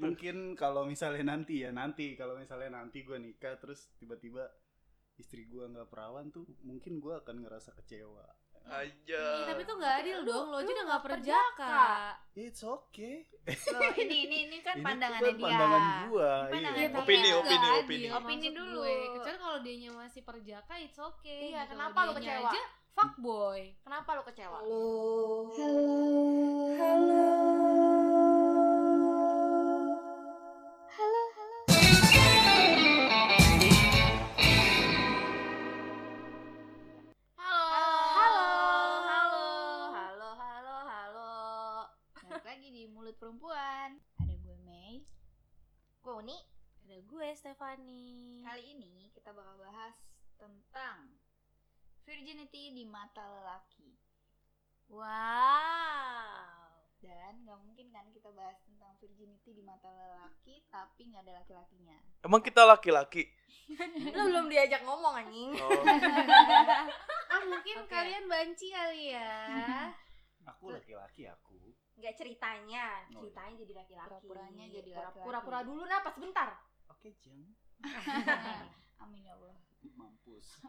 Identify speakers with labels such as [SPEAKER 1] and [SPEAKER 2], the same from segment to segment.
[SPEAKER 1] mungkin kalau misalnya nanti ya nanti kalau misalnya nanti gue nikah terus tiba-tiba istri gue nggak perawan tuh mungkin gue akan ngerasa kecewa
[SPEAKER 2] aja
[SPEAKER 3] Ih, tapi tuh nggak adil dong
[SPEAKER 4] Lu
[SPEAKER 3] lo aja udah nggak perjaka
[SPEAKER 4] perjaka.
[SPEAKER 1] it's okay
[SPEAKER 4] Loh, ini ini ini kan
[SPEAKER 1] Ini
[SPEAKER 4] pandangannya
[SPEAKER 1] kan
[SPEAKER 4] dia.
[SPEAKER 1] pandangan gue
[SPEAKER 4] Pandangan
[SPEAKER 1] iya.
[SPEAKER 4] dia.
[SPEAKER 3] tapi
[SPEAKER 2] Opini, opini,
[SPEAKER 3] nggak adil
[SPEAKER 2] opini.
[SPEAKER 3] maksud
[SPEAKER 4] Opini
[SPEAKER 3] gue.
[SPEAKER 4] dulu.
[SPEAKER 3] kecuali kalau dianya masih perjaka it's okay
[SPEAKER 4] Iya,
[SPEAKER 3] gitu.
[SPEAKER 4] kenapa lu kecewa?
[SPEAKER 3] Dianya aja fuckboy
[SPEAKER 4] Kenapa lu kecewa? Halo.
[SPEAKER 3] Halo.
[SPEAKER 4] Halo. Halo, halo, halo. Balik lagi di mulut perempuan. Ada gue Mei, gue Uni.
[SPEAKER 3] ada gue Stefani
[SPEAKER 4] Kali ini kita bakal bahas tentang virginity di mata lelaki.
[SPEAKER 3] wow
[SPEAKER 4] Dan gak mungkin kan kita bahas tentang virginity di mata lelaki tapi nggak ada laki-lakinya.
[SPEAKER 2] emang kita laki-laki
[SPEAKER 3] lo belum diajak ngomong anjing
[SPEAKER 2] oh,
[SPEAKER 3] ah mungkin
[SPEAKER 4] Oke.
[SPEAKER 3] kalian banci kali ya
[SPEAKER 1] aku laki-laki aku
[SPEAKER 5] nggak ceritanya
[SPEAKER 1] Oh, iya.
[SPEAKER 5] ceritanya jadi laki-laki
[SPEAKER 4] Pura-puranya jadi
[SPEAKER 5] Pura-
[SPEAKER 4] laki-laki.
[SPEAKER 5] pura-pura dulu napas sebentar
[SPEAKER 1] oke jeng
[SPEAKER 4] Amin ya Allah.
[SPEAKER 1] mampus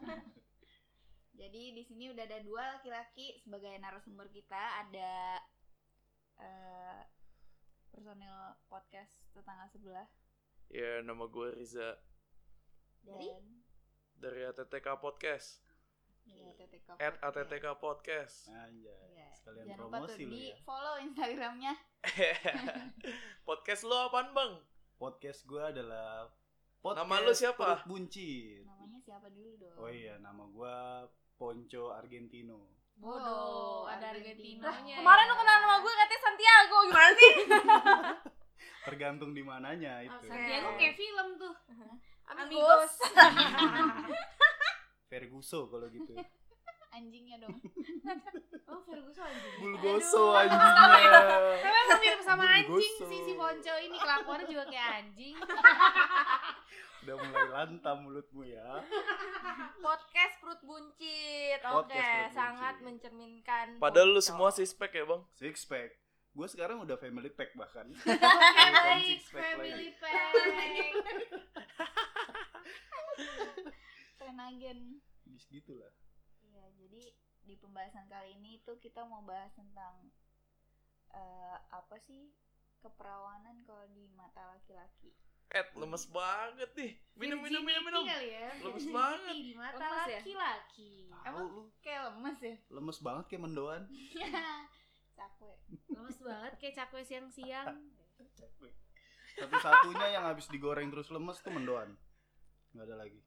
[SPEAKER 4] Jadi di sini udah ada dua laki-laki sebagai narasumber kita ada eh, personil podcast tetangga sebelah
[SPEAKER 2] ya nama gue Riza
[SPEAKER 4] dari
[SPEAKER 2] dari ATTK Podcast
[SPEAKER 4] dari TTK
[SPEAKER 2] at
[SPEAKER 4] Podcast.
[SPEAKER 2] ATTK Podcast
[SPEAKER 1] anjay
[SPEAKER 4] Iya.
[SPEAKER 1] sekalian
[SPEAKER 4] Jangan lupa
[SPEAKER 1] promosi
[SPEAKER 4] tuh
[SPEAKER 1] lu
[SPEAKER 4] di
[SPEAKER 1] ya
[SPEAKER 4] follow Instagramnya.
[SPEAKER 2] podcast lo apaan bang
[SPEAKER 1] podcast gue adalah podcast
[SPEAKER 2] Nama lu siapa?
[SPEAKER 1] Perut buncit
[SPEAKER 4] Namanya siapa dulu dong?
[SPEAKER 1] oh iya nama gue Ponco Argentino
[SPEAKER 3] bodoh
[SPEAKER 4] Wow,
[SPEAKER 3] ada
[SPEAKER 4] Argentina.
[SPEAKER 3] Argentina
[SPEAKER 4] Iya.
[SPEAKER 5] kemarin lu kenal sama gue
[SPEAKER 3] kan?
[SPEAKER 5] katanya Santiago gimana sih
[SPEAKER 1] tergantung di mananya
[SPEAKER 4] Oh,
[SPEAKER 1] itu
[SPEAKER 3] Santiago
[SPEAKER 1] Kalau
[SPEAKER 3] kayak film tuh
[SPEAKER 5] amigos
[SPEAKER 1] Ferguso kalau gitu
[SPEAKER 4] Anjingnya dong.
[SPEAKER 3] oh Ferguson anjing
[SPEAKER 1] Bulgoso anjingnya
[SPEAKER 3] Tapi emang mirip sama
[SPEAKER 1] Aduh,
[SPEAKER 3] anjing
[SPEAKER 1] digosok.
[SPEAKER 3] sih si Ponco ini kelakuannya juga kayak anjing.
[SPEAKER 1] udah mulai lantam mulutmu ya
[SPEAKER 5] podcast perut buncit
[SPEAKER 1] Podcast
[SPEAKER 5] oke
[SPEAKER 1] Perut Buncit.
[SPEAKER 5] sangat mencerminkan
[SPEAKER 2] padahal lu
[SPEAKER 5] Ponco.
[SPEAKER 2] semua suspek ya bang
[SPEAKER 1] six pack gue sekarang udah family pack bahkan Bukan
[SPEAKER 3] Family
[SPEAKER 1] six
[SPEAKER 3] pack,
[SPEAKER 1] pack
[SPEAKER 3] family
[SPEAKER 1] lagi.
[SPEAKER 3] pack.
[SPEAKER 4] Tenagen.
[SPEAKER 1] Bis gitulah
[SPEAKER 4] Iya, jadi di pembahasan kali ini tuh kita mau bahas tentang eh, apa sih keperawanan kalau di mata laki-laki.
[SPEAKER 2] Ed Eh, lemes banget nih minum minum minum
[SPEAKER 3] Virginity
[SPEAKER 2] minum
[SPEAKER 3] kali ya.
[SPEAKER 2] Lemes banget.
[SPEAKER 3] Di mata
[SPEAKER 5] Lemes ya?
[SPEAKER 3] laki-laki.
[SPEAKER 1] tahu lu
[SPEAKER 4] Kayak lemes ya.
[SPEAKER 1] lemes banget kayak mendoan
[SPEAKER 4] Iya. Cakwe.
[SPEAKER 3] Lemes banget kayak cakwe siang-siang.
[SPEAKER 1] satu satunya yang habis digoreng terus lemes tuh mendoan nggak ada lagi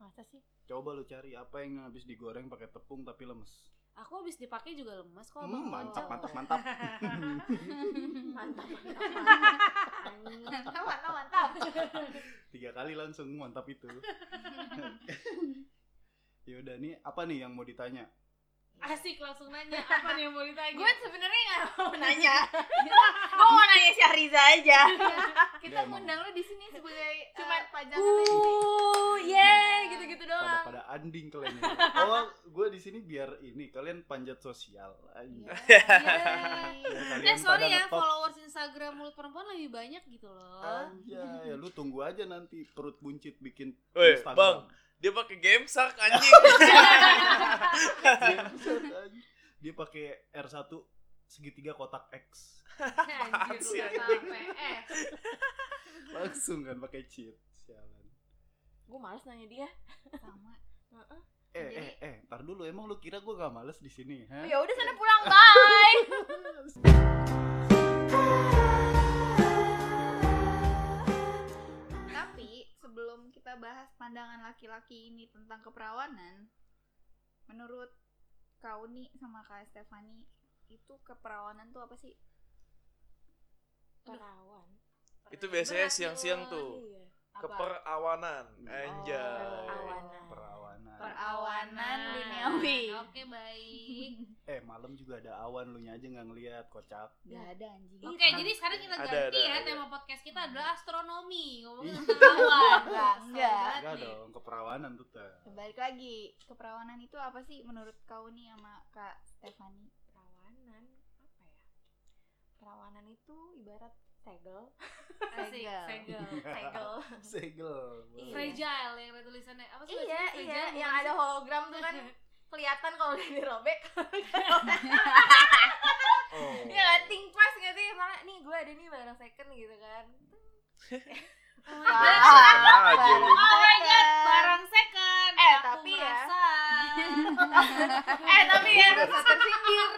[SPEAKER 3] Masa sih?
[SPEAKER 1] coba lu cari apa yang habis digoreng pakai tepung tapi lemes
[SPEAKER 3] Aku habis dipakai juga lemes kok
[SPEAKER 1] Hmm,
[SPEAKER 3] Bang
[SPEAKER 1] mantap
[SPEAKER 3] Ponco.
[SPEAKER 1] mantap mantap
[SPEAKER 5] mantap mantap, mantap. Anjing.
[SPEAKER 4] Mantap, mantap, mantap.
[SPEAKER 1] tiga kali langsung mantap itu ya udah nih apa nih yang mau ditanya
[SPEAKER 3] Asik langsung nanya apa nih yang mau ditanya?
[SPEAKER 5] gue sebenarnya nggak mau nanya gue mau nanya si Ariza aja
[SPEAKER 1] Dia
[SPEAKER 2] Iya,
[SPEAKER 4] kita
[SPEAKER 1] emang-
[SPEAKER 4] ngundang lu di sini sebagai
[SPEAKER 5] Cuma,
[SPEAKER 4] eh, pajangan aja.
[SPEAKER 5] uh yeah gitu
[SPEAKER 3] Iya.
[SPEAKER 5] gitu
[SPEAKER 1] pada
[SPEAKER 5] doang
[SPEAKER 1] pada anding kalian ini. oh gue di sini biar ini kalian panjat sosial
[SPEAKER 4] Iya.
[SPEAKER 1] Anjay.
[SPEAKER 4] Yeay.
[SPEAKER 1] Kalian
[SPEAKER 2] Iya,
[SPEAKER 3] Eh sorry
[SPEAKER 1] pada
[SPEAKER 3] ya,
[SPEAKER 1] ngetop.
[SPEAKER 3] followers Instagram mulut perempuan lebih banyak gitu
[SPEAKER 5] Eh,
[SPEAKER 3] loh.
[SPEAKER 1] Anjay, Ya, lu tunggu aja nanti perut buncit bikin
[SPEAKER 2] Weh,
[SPEAKER 1] Instagram.
[SPEAKER 2] dia pakai gemsak anjing
[SPEAKER 3] ya.
[SPEAKER 1] Dia- Dia pakai R1 segitiga kotak X.
[SPEAKER 3] Anjir lu
[SPEAKER 2] sih,
[SPEAKER 3] gak
[SPEAKER 2] anjing?
[SPEAKER 3] sampai. Eh,
[SPEAKER 1] Langsung kan pakai cheat. Sialan.
[SPEAKER 3] gue males nanya dia.
[SPEAKER 4] Sama.
[SPEAKER 1] Eh,
[SPEAKER 4] Jadi-
[SPEAKER 1] eh, eh, ntar dulu emang lu kira gue gak males di sini, ha?
[SPEAKER 5] ya udah sana pulang bye
[SPEAKER 4] Tapi sebelum kita bahas pandangan laki-laki ini tentang keperawanan, menurut kau nih sama Kak Stefani itu keperawanan tuh apa sih?
[SPEAKER 5] perawan
[SPEAKER 2] itu biasanya
[SPEAKER 3] Berat
[SPEAKER 2] siang-siang
[SPEAKER 3] loh.
[SPEAKER 2] tuh
[SPEAKER 3] Iya.
[SPEAKER 4] Apa?
[SPEAKER 2] keperawanan
[SPEAKER 4] Oh,
[SPEAKER 2] anjay
[SPEAKER 5] awanan
[SPEAKER 1] Perawanan.
[SPEAKER 4] Perawanan duniawi.
[SPEAKER 3] Nah, Oke, baik.
[SPEAKER 1] Eh, malam juga ada awan lu nya aja nggak ngeliat, kocak.
[SPEAKER 4] Gak ada anjing.
[SPEAKER 3] Oke, jadi sekarang kita
[SPEAKER 2] Ada,
[SPEAKER 3] ganti
[SPEAKER 2] ada,
[SPEAKER 3] ya
[SPEAKER 2] ada.
[SPEAKER 3] tema podcast kita adalah astronomi. Ngomongin
[SPEAKER 1] Ih.
[SPEAKER 3] tentang awan.
[SPEAKER 4] Enggak,
[SPEAKER 3] Kesel
[SPEAKER 4] enggak.
[SPEAKER 3] banget
[SPEAKER 1] Enggak
[SPEAKER 3] nih.
[SPEAKER 1] dong, keperawanan tuh Teh.
[SPEAKER 4] Balik lagi, keperawanan itu apa sih menurut kau nih sama Kak Stefani?
[SPEAKER 5] perawanan apa ya perawanan itu ibarat Segel.
[SPEAKER 4] Segel.
[SPEAKER 3] Asik, segel.
[SPEAKER 5] Segel.
[SPEAKER 1] Segel. boleh.
[SPEAKER 3] Fragile yang ada tulisannya. Apa sih?
[SPEAKER 5] iya,
[SPEAKER 3] bacanya?
[SPEAKER 5] iya,
[SPEAKER 3] Fragile bukan
[SPEAKER 5] yang ada
[SPEAKER 3] sih?
[SPEAKER 5] hologram tuh kan kelihatan kalau udah dirobek.
[SPEAKER 3] Iya.
[SPEAKER 1] Oh.
[SPEAKER 5] Iya kan, ting pas gitu sih, malah nih gue ada nih barang second gitu kan.
[SPEAKER 3] Oh my God.
[SPEAKER 2] Ah, aja lu.
[SPEAKER 5] Barang
[SPEAKER 3] Oh my god,
[SPEAKER 5] second.
[SPEAKER 3] barang second.
[SPEAKER 5] Eh,
[SPEAKER 3] Aku
[SPEAKER 5] tapi ya.
[SPEAKER 3] merasa.
[SPEAKER 5] eh tapi ya rasa tersindir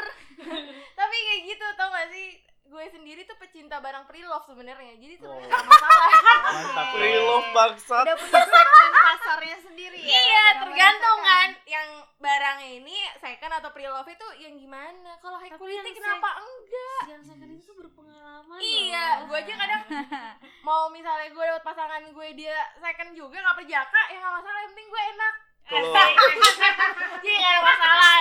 [SPEAKER 5] tapi kayak gitu tau gak sih gue sendiri tuh pecinta barang pre-love sebenarnya jadi sebenarnya
[SPEAKER 1] Oh.
[SPEAKER 5] gak masalah
[SPEAKER 1] Mantap.
[SPEAKER 2] Reload bangsat.
[SPEAKER 4] Udah punya segmen pasarnya sendiri ya.
[SPEAKER 5] iya
[SPEAKER 4] barang-barang
[SPEAKER 5] tergantung
[SPEAKER 4] second.
[SPEAKER 5] kan yang barang ini second atau pre-love itu yang gimana kalau high
[SPEAKER 3] Tapi
[SPEAKER 5] quality
[SPEAKER 3] yang
[SPEAKER 5] kenapa enggak
[SPEAKER 3] Yang second itu tuh berpengalaman.
[SPEAKER 5] iya
[SPEAKER 3] loh.
[SPEAKER 5] gue aja kadang mau misalnya gue dapet pasangan gue dia second juga gak perjaka ya gak masalah yang penting gue enak
[SPEAKER 2] Kalau
[SPEAKER 5] jadi gak ada masalah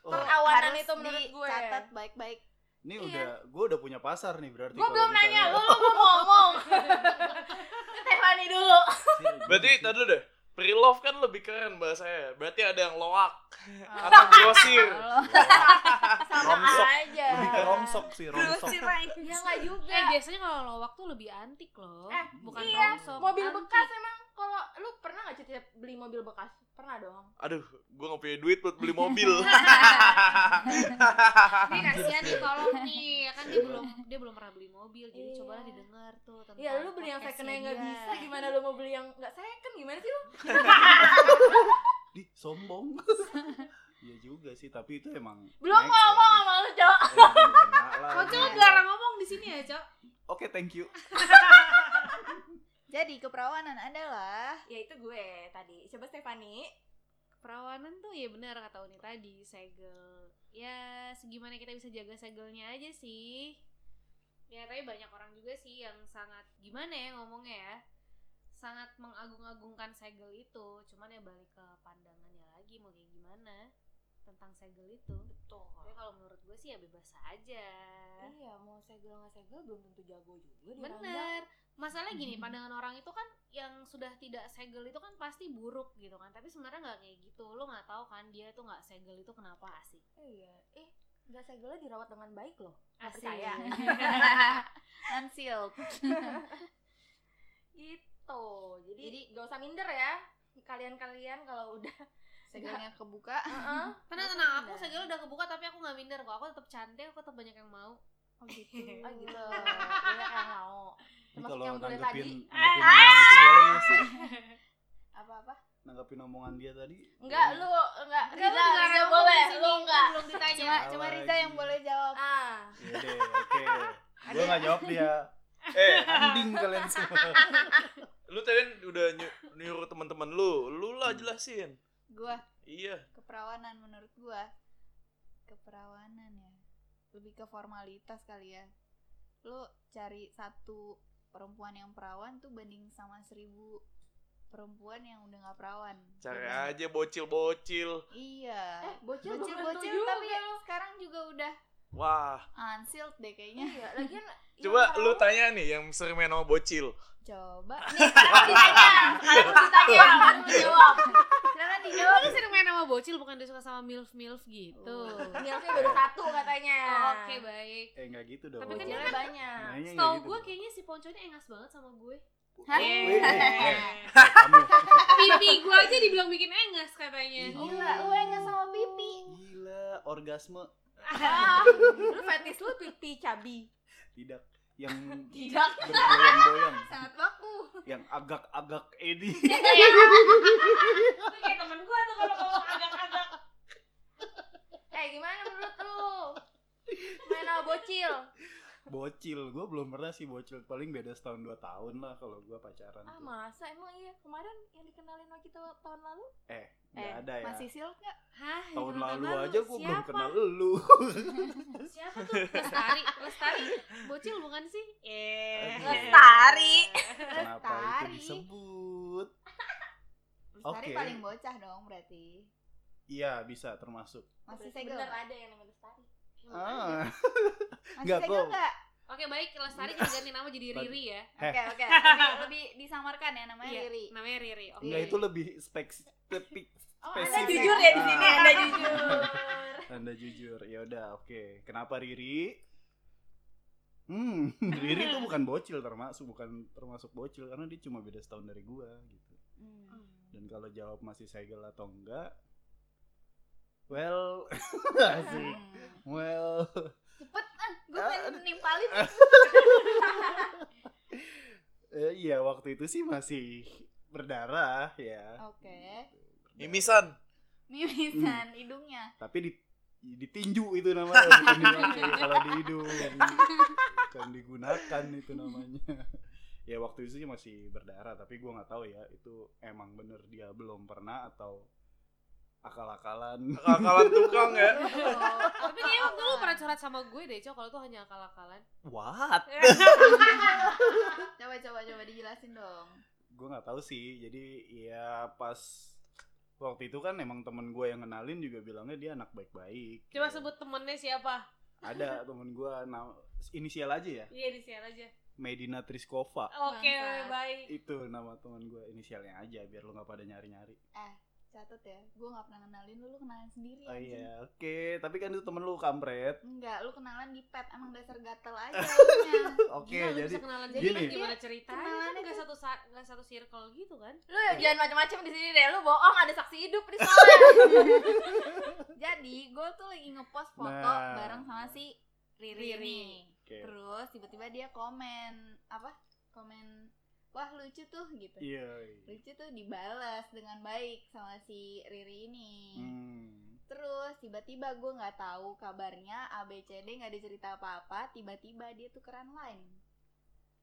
[SPEAKER 1] Oh,
[SPEAKER 5] kan perawanan itu menurut gue
[SPEAKER 4] Catat baik-baik.
[SPEAKER 1] ini
[SPEAKER 5] Iya.
[SPEAKER 1] udah gue udah punya pasar nih berarti.
[SPEAKER 5] Gue
[SPEAKER 1] kalau
[SPEAKER 5] belum
[SPEAKER 1] misalnya-
[SPEAKER 5] nanya, lu lu mau ngomong. Stefani dulu.
[SPEAKER 4] Iya
[SPEAKER 2] berarti tadi dulu deh. Pre-love kan lebih keren bahasanya. Berarti ada yang loak atau grosir.
[SPEAKER 5] Sama
[SPEAKER 1] Rongsok.
[SPEAKER 5] aja.
[SPEAKER 1] Lebih ke rongsok sih, rongsok.
[SPEAKER 4] Grosir aja.
[SPEAKER 5] Ya enggak juga.
[SPEAKER 3] Eh biasanya kalau lowak tuh lebih antik loh.
[SPEAKER 5] Eh,
[SPEAKER 3] bukan
[SPEAKER 5] iya,
[SPEAKER 3] rongsok.
[SPEAKER 5] mobil
[SPEAKER 3] antik.
[SPEAKER 5] bekas emang kalau lu pernah enggak cerita beli mobil bekas? Pernah dong.
[SPEAKER 2] Aduh, gue gak punya duit buat beli mobil.
[SPEAKER 3] Ini kasihan nih tolong nih, ya kan dia belum dia belum pernah beli mobil, jadi
[SPEAKER 5] Iya.
[SPEAKER 3] cobalah didengar tuh tentang
[SPEAKER 5] Ya lu beli yang
[SPEAKER 3] podcastnya
[SPEAKER 5] second yang enggak
[SPEAKER 3] dia.
[SPEAKER 5] bisa, gimana lu mau beli yang enggak second? Gimana sih lu?
[SPEAKER 1] Di sombong. Iya juga sih, tapi itu emang
[SPEAKER 5] Belum
[SPEAKER 1] next
[SPEAKER 5] ngomong
[SPEAKER 1] time.
[SPEAKER 5] sama lu, Cok.
[SPEAKER 1] Eh, belum kena lah.
[SPEAKER 3] Kau coba dilarang ngomong di sini ya, Cok.
[SPEAKER 1] Oke, thank you.
[SPEAKER 4] Jadi keperawanan adalah
[SPEAKER 5] Ya itu gue tadi. Coba Stefani.
[SPEAKER 3] Perawanan tuh ya benar kata Uni tadi, segel. Ya, segimana kita bisa jaga segelnya aja sih. Ya, tapi banyak orang juga sih yang sangat gimana ya ngomongnya ya. Sangat mengagung-agungkan segel itu, cuman ya balik ke pandangannya lagi mau kayak gimana tentang segel itu. Tapi
[SPEAKER 5] Betul.
[SPEAKER 3] kalau menurut gue sih ya bebas aja.
[SPEAKER 5] Iya, mau segel nggak segel belum tentu jago juga
[SPEAKER 3] Iya,
[SPEAKER 5] di ranjang.
[SPEAKER 3] Bener. Masalahnya gini, pandangan orang itu kan yang sudah tidak segel itu kan pasti buruk gitu kan. Tapi sebenarnya nggak kayak gitu. Lo nggak tahu kan dia tuh nggak segel itu kenapa asik.
[SPEAKER 5] Iya. Eh, nggak segelnya dirawat dengan baik loh. Nggak
[SPEAKER 3] Asik.
[SPEAKER 5] percaya.
[SPEAKER 4] unsealed.
[SPEAKER 5] gitu. Jadi, nggak usah minder ya. Kalian-kalian kalau udah
[SPEAKER 4] Segalanya kebuka.
[SPEAKER 5] Heeh.
[SPEAKER 3] Tenang tenang, aku segel udah kebuka tapi aku nggak minder kok. Aku tetap cantik, aku tetap banyak yang mau.
[SPEAKER 4] Oh gitu.
[SPEAKER 5] Oh gitu. Banyak yang mau.
[SPEAKER 1] Ini
[SPEAKER 5] Termasuk
[SPEAKER 1] Iya, kalau
[SPEAKER 5] yang boleh tadi.
[SPEAKER 1] nanggepin, nanggepin
[SPEAKER 5] Ah,
[SPEAKER 1] omongan itu boleh nggak sih?
[SPEAKER 5] Apa-apa?
[SPEAKER 1] Nanggepin omongan dia tadi?
[SPEAKER 5] Enggak,
[SPEAKER 1] boleh.
[SPEAKER 5] lu
[SPEAKER 3] Enggak,
[SPEAKER 5] enggak
[SPEAKER 3] lu
[SPEAKER 5] Riza,
[SPEAKER 3] dilarang
[SPEAKER 5] Riza
[SPEAKER 3] ngomong
[SPEAKER 5] boleh.
[SPEAKER 3] di sini,
[SPEAKER 5] Lu
[SPEAKER 3] lu
[SPEAKER 5] enggak.
[SPEAKER 3] belum ditanya.
[SPEAKER 4] Cuma, cuma
[SPEAKER 1] Salah
[SPEAKER 4] Riza yang
[SPEAKER 1] lagi.
[SPEAKER 4] boleh jawab.
[SPEAKER 5] Ah.
[SPEAKER 1] Iya deh, oke. Gue nggak jawab dia.
[SPEAKER 2] eh,
[SPEAKER 1] Anding kalian semua.
[SPEAKER 2] lu tadi udah nyu- nyuruh teman-teman lu, lu lah jelasin.
[SPEAKER 4] Gua
[SPEAKER 2] Iya,
[SPEAKER 4] keperawanan menurut gua. Keperawanan ya. Lebih ke formalitas kali ya. Lu cari satu perempuan yang perawan tuh banding sama seribu perempuan yang udah nggak perawan.
[SPEAKER 2] cari
[SPEAKER 4] Iya.
[SPEAKER 2] aja bocil-bocil.
[SPEAKER 4] Iya.
[SPEAKER 5] Eh, bocil belum tentu
[SPEAKER 4] Bocil-bocil
[SPEAKER 5] juga
[SPEAKER 4] tapi
[SPEAKER 5] lu.
[SPEAKER 4] sekarang juga udah
[SPEAKER 2] Wah,
[SPEAKER 4] unsealed deh kayaknya.
[SPEAKER 5] Iya, lagian yang
[SPEAKER 2] coba lu
[SPEAKER 5] tahu-
[SPEAKER 2] tanya nih yang sering main sama bocil.
[SPEAKER 4] Coba
[SPEAKER 5] ditanya,
[SPEAKER 3] ya.
[SPEAKER 5] kalau ditanya baru lu jawab. Silakan dijawab.
[SPEAKER 3] Lu Ya, sering main sama bocil bukan dia suka sama milf milf gitu.
[SPEAKER 5] Milfnya baru satu katanya.
[SPEAKER 3] Oke baik.
[SPEAKER 1] Eh nggak gitu dong.
[SPEAKER 3] Tapi kan dia
[SPEAKER 5] Bocilnya banyak.
[SPEAKER 1] Nanya nggak
[SPEAKER 3] Iya. Setahu
[SPEAKER 1] gitu
[SPEAKER 3] gue
[SPEAKER 1] dong.
[SPEAKER 3] kayaknya si Ponco ini engas banget sama gue.
[SPEAKER 4] Hah?
[SPEAKER 1] Wih,
[SPEAKER 5] Eh.
[SPEAKER 1] wih, eh, Kamu.
[SPEAKER 3] Pipi gue aja dibilang bikin engas katanya.
[SPEAKER 1] Iya.
[SPEAKER 5] Gila, lu enggak sama pipi.
[SPEAKER 2] Iya.
[SPEAKER 1] Gila, orgasme
[SPEAKER 5] Ah, lu fetis lu pipi cabi.
[SPEAKER 1] tidak yang
[SPEAKER 5] Tidak.
[SPEAKER 1] bergoyang-goyang,
[SPEAKER 4] sangat baku.
[SPEAKER 1] yang agak-agak Edi.
[SPEAKER 5] Itu kayak temen gua tuh kalau ngomong agak-agak. Eh, gimana menurut lu? Main sama bocil.
[SPEAKER 1] Bocil, gue belum pernah sih bocil. Paling beda setahun dua tahun lah kalau gue pacaran.
[SPEAKER 5] Ah,
[SPEAKER 1] tuh.
[SPEAKER 5] masa emang iya kemarin yang dikenalin sama kita tahun lalu?
[SPEAKER 1] eh,
[SPEAKER 5] Eh,
[SPEAKER 1] nggak ada ya.
[SPEAKER 4] Masih silk nggak?
[SPEAKER 3] Hah,
[SPEAKER 1] tahun
[SPEAKER 3] yang
[SPEAKER 1] lalu aja gue belum
[SPEAKER 3] Siapa?
[SPEAKER 1] kenal lu.
[SPEAKER 3] Siapa tuh? Lestari, Lestari. Bocil bukan sih? Eh.
[SPEAKER 5] Lestari.
[SPEAKER 1] Kenapa itu
[SPEAKER 4] Lestari.
[SPEAKER 1] disebut?
[SPEAKER 4] Lestari
[SPEAKER 1] Oke.
[SPEAKER 4] paling bocah dong berarti.
[SPEAKER 1] Iya bisa termasuk.
[SPEAKER 4] Masih
[SPEAKER 5] Berarti
[SPEAKER 4] segel.
[SPEAKER 5] Bener ada yang namanya Lestari.
[SPEAKER 1] Ah,
[SPEAKER 4] Masih
[SPEAKER 1] Nggak,
[SPEAKER 4] segel
[SPEAKER 1] gua-
[SPEAKER 4] nggak?
[SPEAKER 3] Oke, baik. Lestari kita ganti nama jadi Riri ya.
[SPEAKER 1] Eh.
[SPEAKER 4] Oke, oke. Lebih, lebih disamarkan ya namanya
[SPEAKER 3] Iya,
[SPEAKER 4] Riri.
[SPEAKER 3] Namanya Riri. Oke.
[SPEAKER 1] enggak itu lebih speks spek-
[SPEAKER 4] Oh,
[SPEAKER 1] spesifik.
[SPEAKER 4] Anda jujur
[SPEAKER 5] ya
[SPEAKER 1] di sini,
[SPEAKER 5] Anda jujur.
[SPEAKER 1] Anda jujur. Ya udah, oke. Kenapa Riri? Hmm, Riri tuh bukan bocil termasuk bukan termasuk bocil karena dia cuma beda setahun dari gua gitu. Dan kalau jawab masih segel atau enggak, well, asik. well,
[SPEAKER 5] Cepet Hmm. ah, gue pengen nimpalin
[SPEAKER 1] eh, iya waktu itu sih masih berdarah ya.
[SPEAKER 4] Oke.
[SPEAKER 2] Mimisan.
[SPEAKER 4] Mimisan hidungnya.
[SPEAKER 1] Tapi di ditinju itu namanya bukan dipakai kalau di hidung. Bukan digunakan itu namanya. ya waktu itu sih masih berdarah tapi gua nggak tahu ya itu emang bener dia belum pernah atau akal-akalan
[SPEAKER 2] Akal-akalan tukang ya.
[SPEAKER 3] tapi kayaknya waktu lu pernah curhat sama gue deh, Cok, kalau tuh hanya akal-akalan.
[SPEAKER 1] What?
[SPEAKER 4] Coba coba coba dijelasin dong.
[SPEAKER 1] Gue nggak tahu sih. Jadi ya pas waktu itu kan emang temen gue yang kenalin juga bilangnya dia anak baik-baik.
[SPEAKER 3] Coba
[SPEAKER 1] Gitu.
[SPEAKER 3] sebut temennya siapa?
[SPEAKER 1] Ada temen gue, nah, inisial aja ya,
[SPEAKER 3] Iya, di share aja.
[SPEAKER 1] Medina Triskova.
[SPEAKER 3] Oke,
[SPEAKER 4] Bangsat.
[SPEAKER 3] baik.
[SPEAKER 1] Itu nama temen gue inisialnya aja biar lo nggak pada nyari-nyari.
[SPEAKER 4] Catat ya. Gue nggak pernah kenalin lu, lu kenalan sendiri.
[SPEAKER 1] Oh
[SPEAKER 4] anjing.
[SPEAKER 1] iya, oke. Tapi kan itu temen lu kampret.
[SPEAKER 4] Enggak, lu kenalan di pet emang dasar gatel aja. akhirnya.
[SPEAKER 1] Oke,
[SPEAKER 3] Gila, lu
[SPEAKER 1] jadi
[SPEAKER 3] bisa kenalan
[SPEAKER 1] gini.
[SPEAKER 3] jadi kan gimana ceritanya
[SPEAKER 4] Kenalan
[SPEAKER 3] kan
[SPEAKER 4] aja.
[SPEAKER 3] gak satu sa- nggak satu circle gitu kan
[SPEAKER 5] Lu jangan macam-macam di sini deh. Lu bohong, ada saksi hidup di soalnya.
[SPEAKER 4] Jadi gue tuh lagi ngepost foto
[SPEAKER 1] Nah.
[SPEAKER 4] bareng sama si Riri,
[SPEAKER 3] Riri.
[SPEAKER 4] nih.
[SPEAKER 1] oke.
[SPEAKER 4] Terus tiba-tiba dia komen apa? Komen wah lucu tuh gitu.
[SPEAKER 1] Iya. iya.
[SPEAKER 4] Lucu tuh dibalas dengan baik sama si Riri ini.
[SPEAKER 1] Hmm.
[SPEAKER 4] Terus tiba-tiba gue nggak tahu kabarnya ABCD nggak ada cerita apa-apa. Tiba-tiba dia tukeran line. Terus dia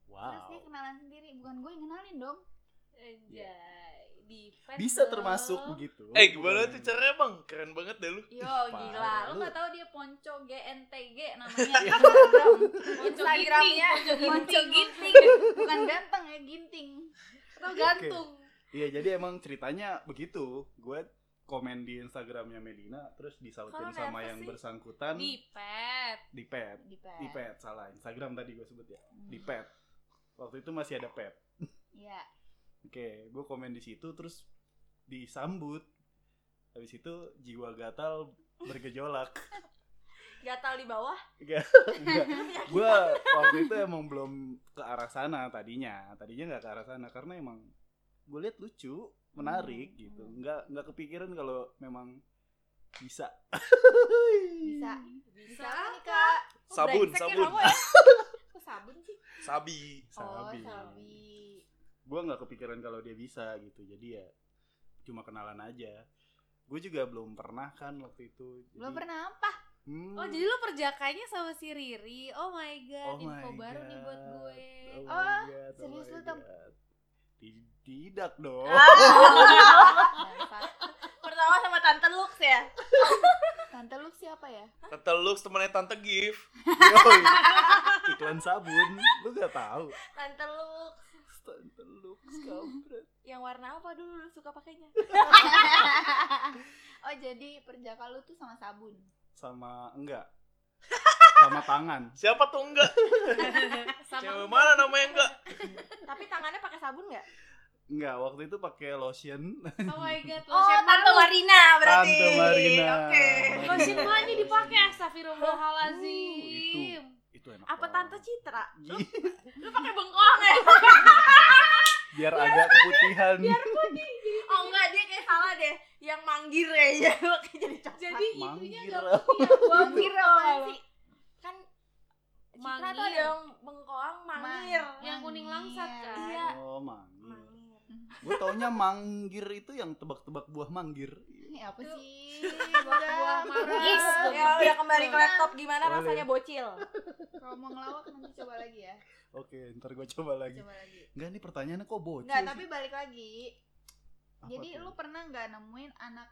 [SPEAKER 1] Wow. Iya.
[SPEAKER 4] kenalan sendiri, bukan gue yang kenalin dong.
[SPEAKER 3] anjay di pet
[SPEAKER 1] Bisa
[SPEAKER 3] dong.
[SPEAKER 1] termasuk begitu. Hmm.
[SPEAKER 2] Eh gimana tuh caranya bang? Keren banget deh lu.
[SPEAKER 4] Yo
[SPEAKER 1] Parah,
[SPEAKER 4] gila, lu
[SPEAKER 1] lu. Iya.
[SPEAKER 4] nggak tahu dia ponco GNTG namanya.
[SPEAKER 5] Instagramnya
[SPEAKER 4] ponco
[SPEAKER 5] ginting.
[SPEAKER 4] ginting, bukan ganteng ya ginting.
[SPEAKER 5] Lu gantung.
[SPEAKER 1] Iya jadi emang ceritanya begitu. Gue komen di Instagramnya Medina, terus disautin
[SPEAKER 5] Kalau
[SPEAKER 1] sama
[SPEAKER 5] kenapa
[SPEAKER 1] yang
[SPEAKER 5] sih?
[SPEAKER 1] bersangkutan
[SPEAKER 3] di
[SPEAKER 1] di, pet,
[SPEAKER 3] pet
[SPEAKER 4] Di pet.
[SPEAKER 1] di pet salah Instagram tadi gue sebut ya,
[SPEAKER 4] Hmm.
[SPEAKER 1] di pet. Waktu itu masih ada pet.
[SPEAKER 4] Iya.
[SPEAKER 1] Oke, gue komen di situ terus disambut. Habis itu jiwa gatal bergejolak.
[SPEAKER 5] Gatal di bawah.
[SPEAKER 1] gue waktu itu emang belum ke arah sana tadinya. Tadinya nggak ke arah sana karena emang gue lihat lucu, menarik
[SPEAKER 4] Hmm,
[SPEAKER 1] gitu.
[SPEAKER 4] hmm.
[SPEAKER 1] Nggak nggak kepikiran kalau memang bisa.
[SPEAKER 4] Bisa.
[SPEAKER 3] bisa
[SPEAKER 4] Bisa nih kak. Kok
[SPEAKER 2] Sabun,
[SPEAKER 4] brengsek ya
[SPEAKER 2] sabun.
[SPEAKER 4] kamu ya? Kok sabun sih?
[SPEAKER 2] Sabi.
[SPEAKER 1] Sabi.
[SPEAKER 4] Oh sabi.
[SPEAKER 1] Gue nggak kepikiran kalau dia bisa gitu. Jadi ya cuma kenalan aja. Gue juga belum pernah kan waktu itu. Jadi,
[SPEAKER 4] Belum pernah apa?
[SPEAKER 1] Hmm,
[SPEAKER 3] oh jadi lu perjakanya sama si Riri oh my god
[SPEAKER 1] Oh
[SPEAKER 3] info
[SPEAKER 1] my
[SPEAKER 3] baru nih buat
[SPEAKER 1] God. Oh,
[SPEAKER 3] gue
[SPEAKER 1] my
[SPEAKER 4] Oh,
[SPEAKER 1] God, oh
[SPEAKER 4] serius
[SPEAKER 1] my
[SPEAKER 4] lu, Tom? Ah,
[SPEAKER 1] God. Tid- Tidak dong.
[SPEAKER 4] Bangsat.
[SPEAKER 5] Pertama sama Tante Lux ya.
[SPEAKER 4] Tante lu siapa ya?
[SPEAKER 2] Tante Lux temennya Tante Gif.
[SPEAKER 1] Yoi. Iklan sabun, lu gak tahu.
[SPEAKER 5] Tante Lux.
[SPEAKER 1] Tante Lux kampret.
[SPEAKER 5] Yang warna apa dulu lu suka pakainya?
[SPEAKER 4] Oh jadi perjaka lu tuh sama sabun.
[SPEAKER 1] Sama enggak? Sama tangan.
[SPEAKER 2] Siapa tuh enggak?
[SPEAKER 3] Ah, Oh
[SPEAKER 2] Cewek mana namanya enggak?
[SPEAKER 5] Tapi tangannya pakai sabun nggak?
[SPEAKER 1] Enggak, waktu itu pakai lotion.
[SPEAKER 3] oh my god
[SPEAKER 5] Oh, Tante
[SPEAKER 3] malu.
[SPEAKER 5] Marina berarti.
[SPEAKER 1] Tante Marina.
[SPEAKER 5] Oke.
[SPEAKER 3] lotion
[SPEAKER 1] Marina,
[SPEAKER 3] manja dipakai
[SPEAKER 1] lotion. Uh,
[SPEAKER 3] astagfirullahalazim
[SPEAKER 1] Itu enak.
[SPEAKER 5] Apa
[SPEAKER 1] banget.
[SPEAKER 5] Tante Citra?
[SPEAKER 1] Ih,
[SPEAKER 5] Lu pakai bengkoang ya?
[SPEAKER 1] Biar agak keputihan.
[SPEAKER 5] Oh enggak, dia kayak salah deh. Yang manggil ya, makanya jadi coklat.
[SPEAKER 3] jadi itunya
[SPEAKER 1] Manggil.
[SPEAKER 3] gak punya
[SPEAKER 5] manggil apaan
[SPEAKER 4] Apa?
[SPEAKER 5] sih? Kan Citra
[SPEAKER 3] Manggil.
[SPEAKER 5] tuh ada yang bengkoang, mangir.
[SPEAKER 4] Mang-
[SPEAKER 3] yang kuning langsat kan
[SPEAKER 5] Iya.
[SPEAKER 1] Oh, manggil.
[SPEAKER 5] Mangir.
[SPEAKER 1] Gue taunya manggir itu yang tebak-tebak buah manggir.
[SPEAKER 4] Ini apa
[SPEAKER 5] Tuh.
[SPEAKER 4] sih?
[SPEAKER 3] Buah-buah
[SPEAKER 1] Iya.
[SPEAKER 3] marah.
[SPEAKER 5] Yes. Ya udah kembali ke laptop gimana
[SPEAKER 1] Boleh.
[SPEAKER 5] rasanya bocil?
[SPEAKER 4] Kalau mau ngelawak nanti coba lagi ya.
[SPEAKER 1] Oke, ntar gue coba lagi.
[SPEAKER 4] Coba lagi.
[SPEAKER 1] Enggak, ini pertanyaannya kok bocil
[SPEAKER 4] Enggak,
[SPEAKER 1] sih?
[SPEAKER 4] tapi balik lagi.
[SPEAKER 1] iya. Apa
[SPEAKER 4] Jadi
[SPEAKER 1] tuh?
[SPEAKER 4] lu pernah nggak nemuin anak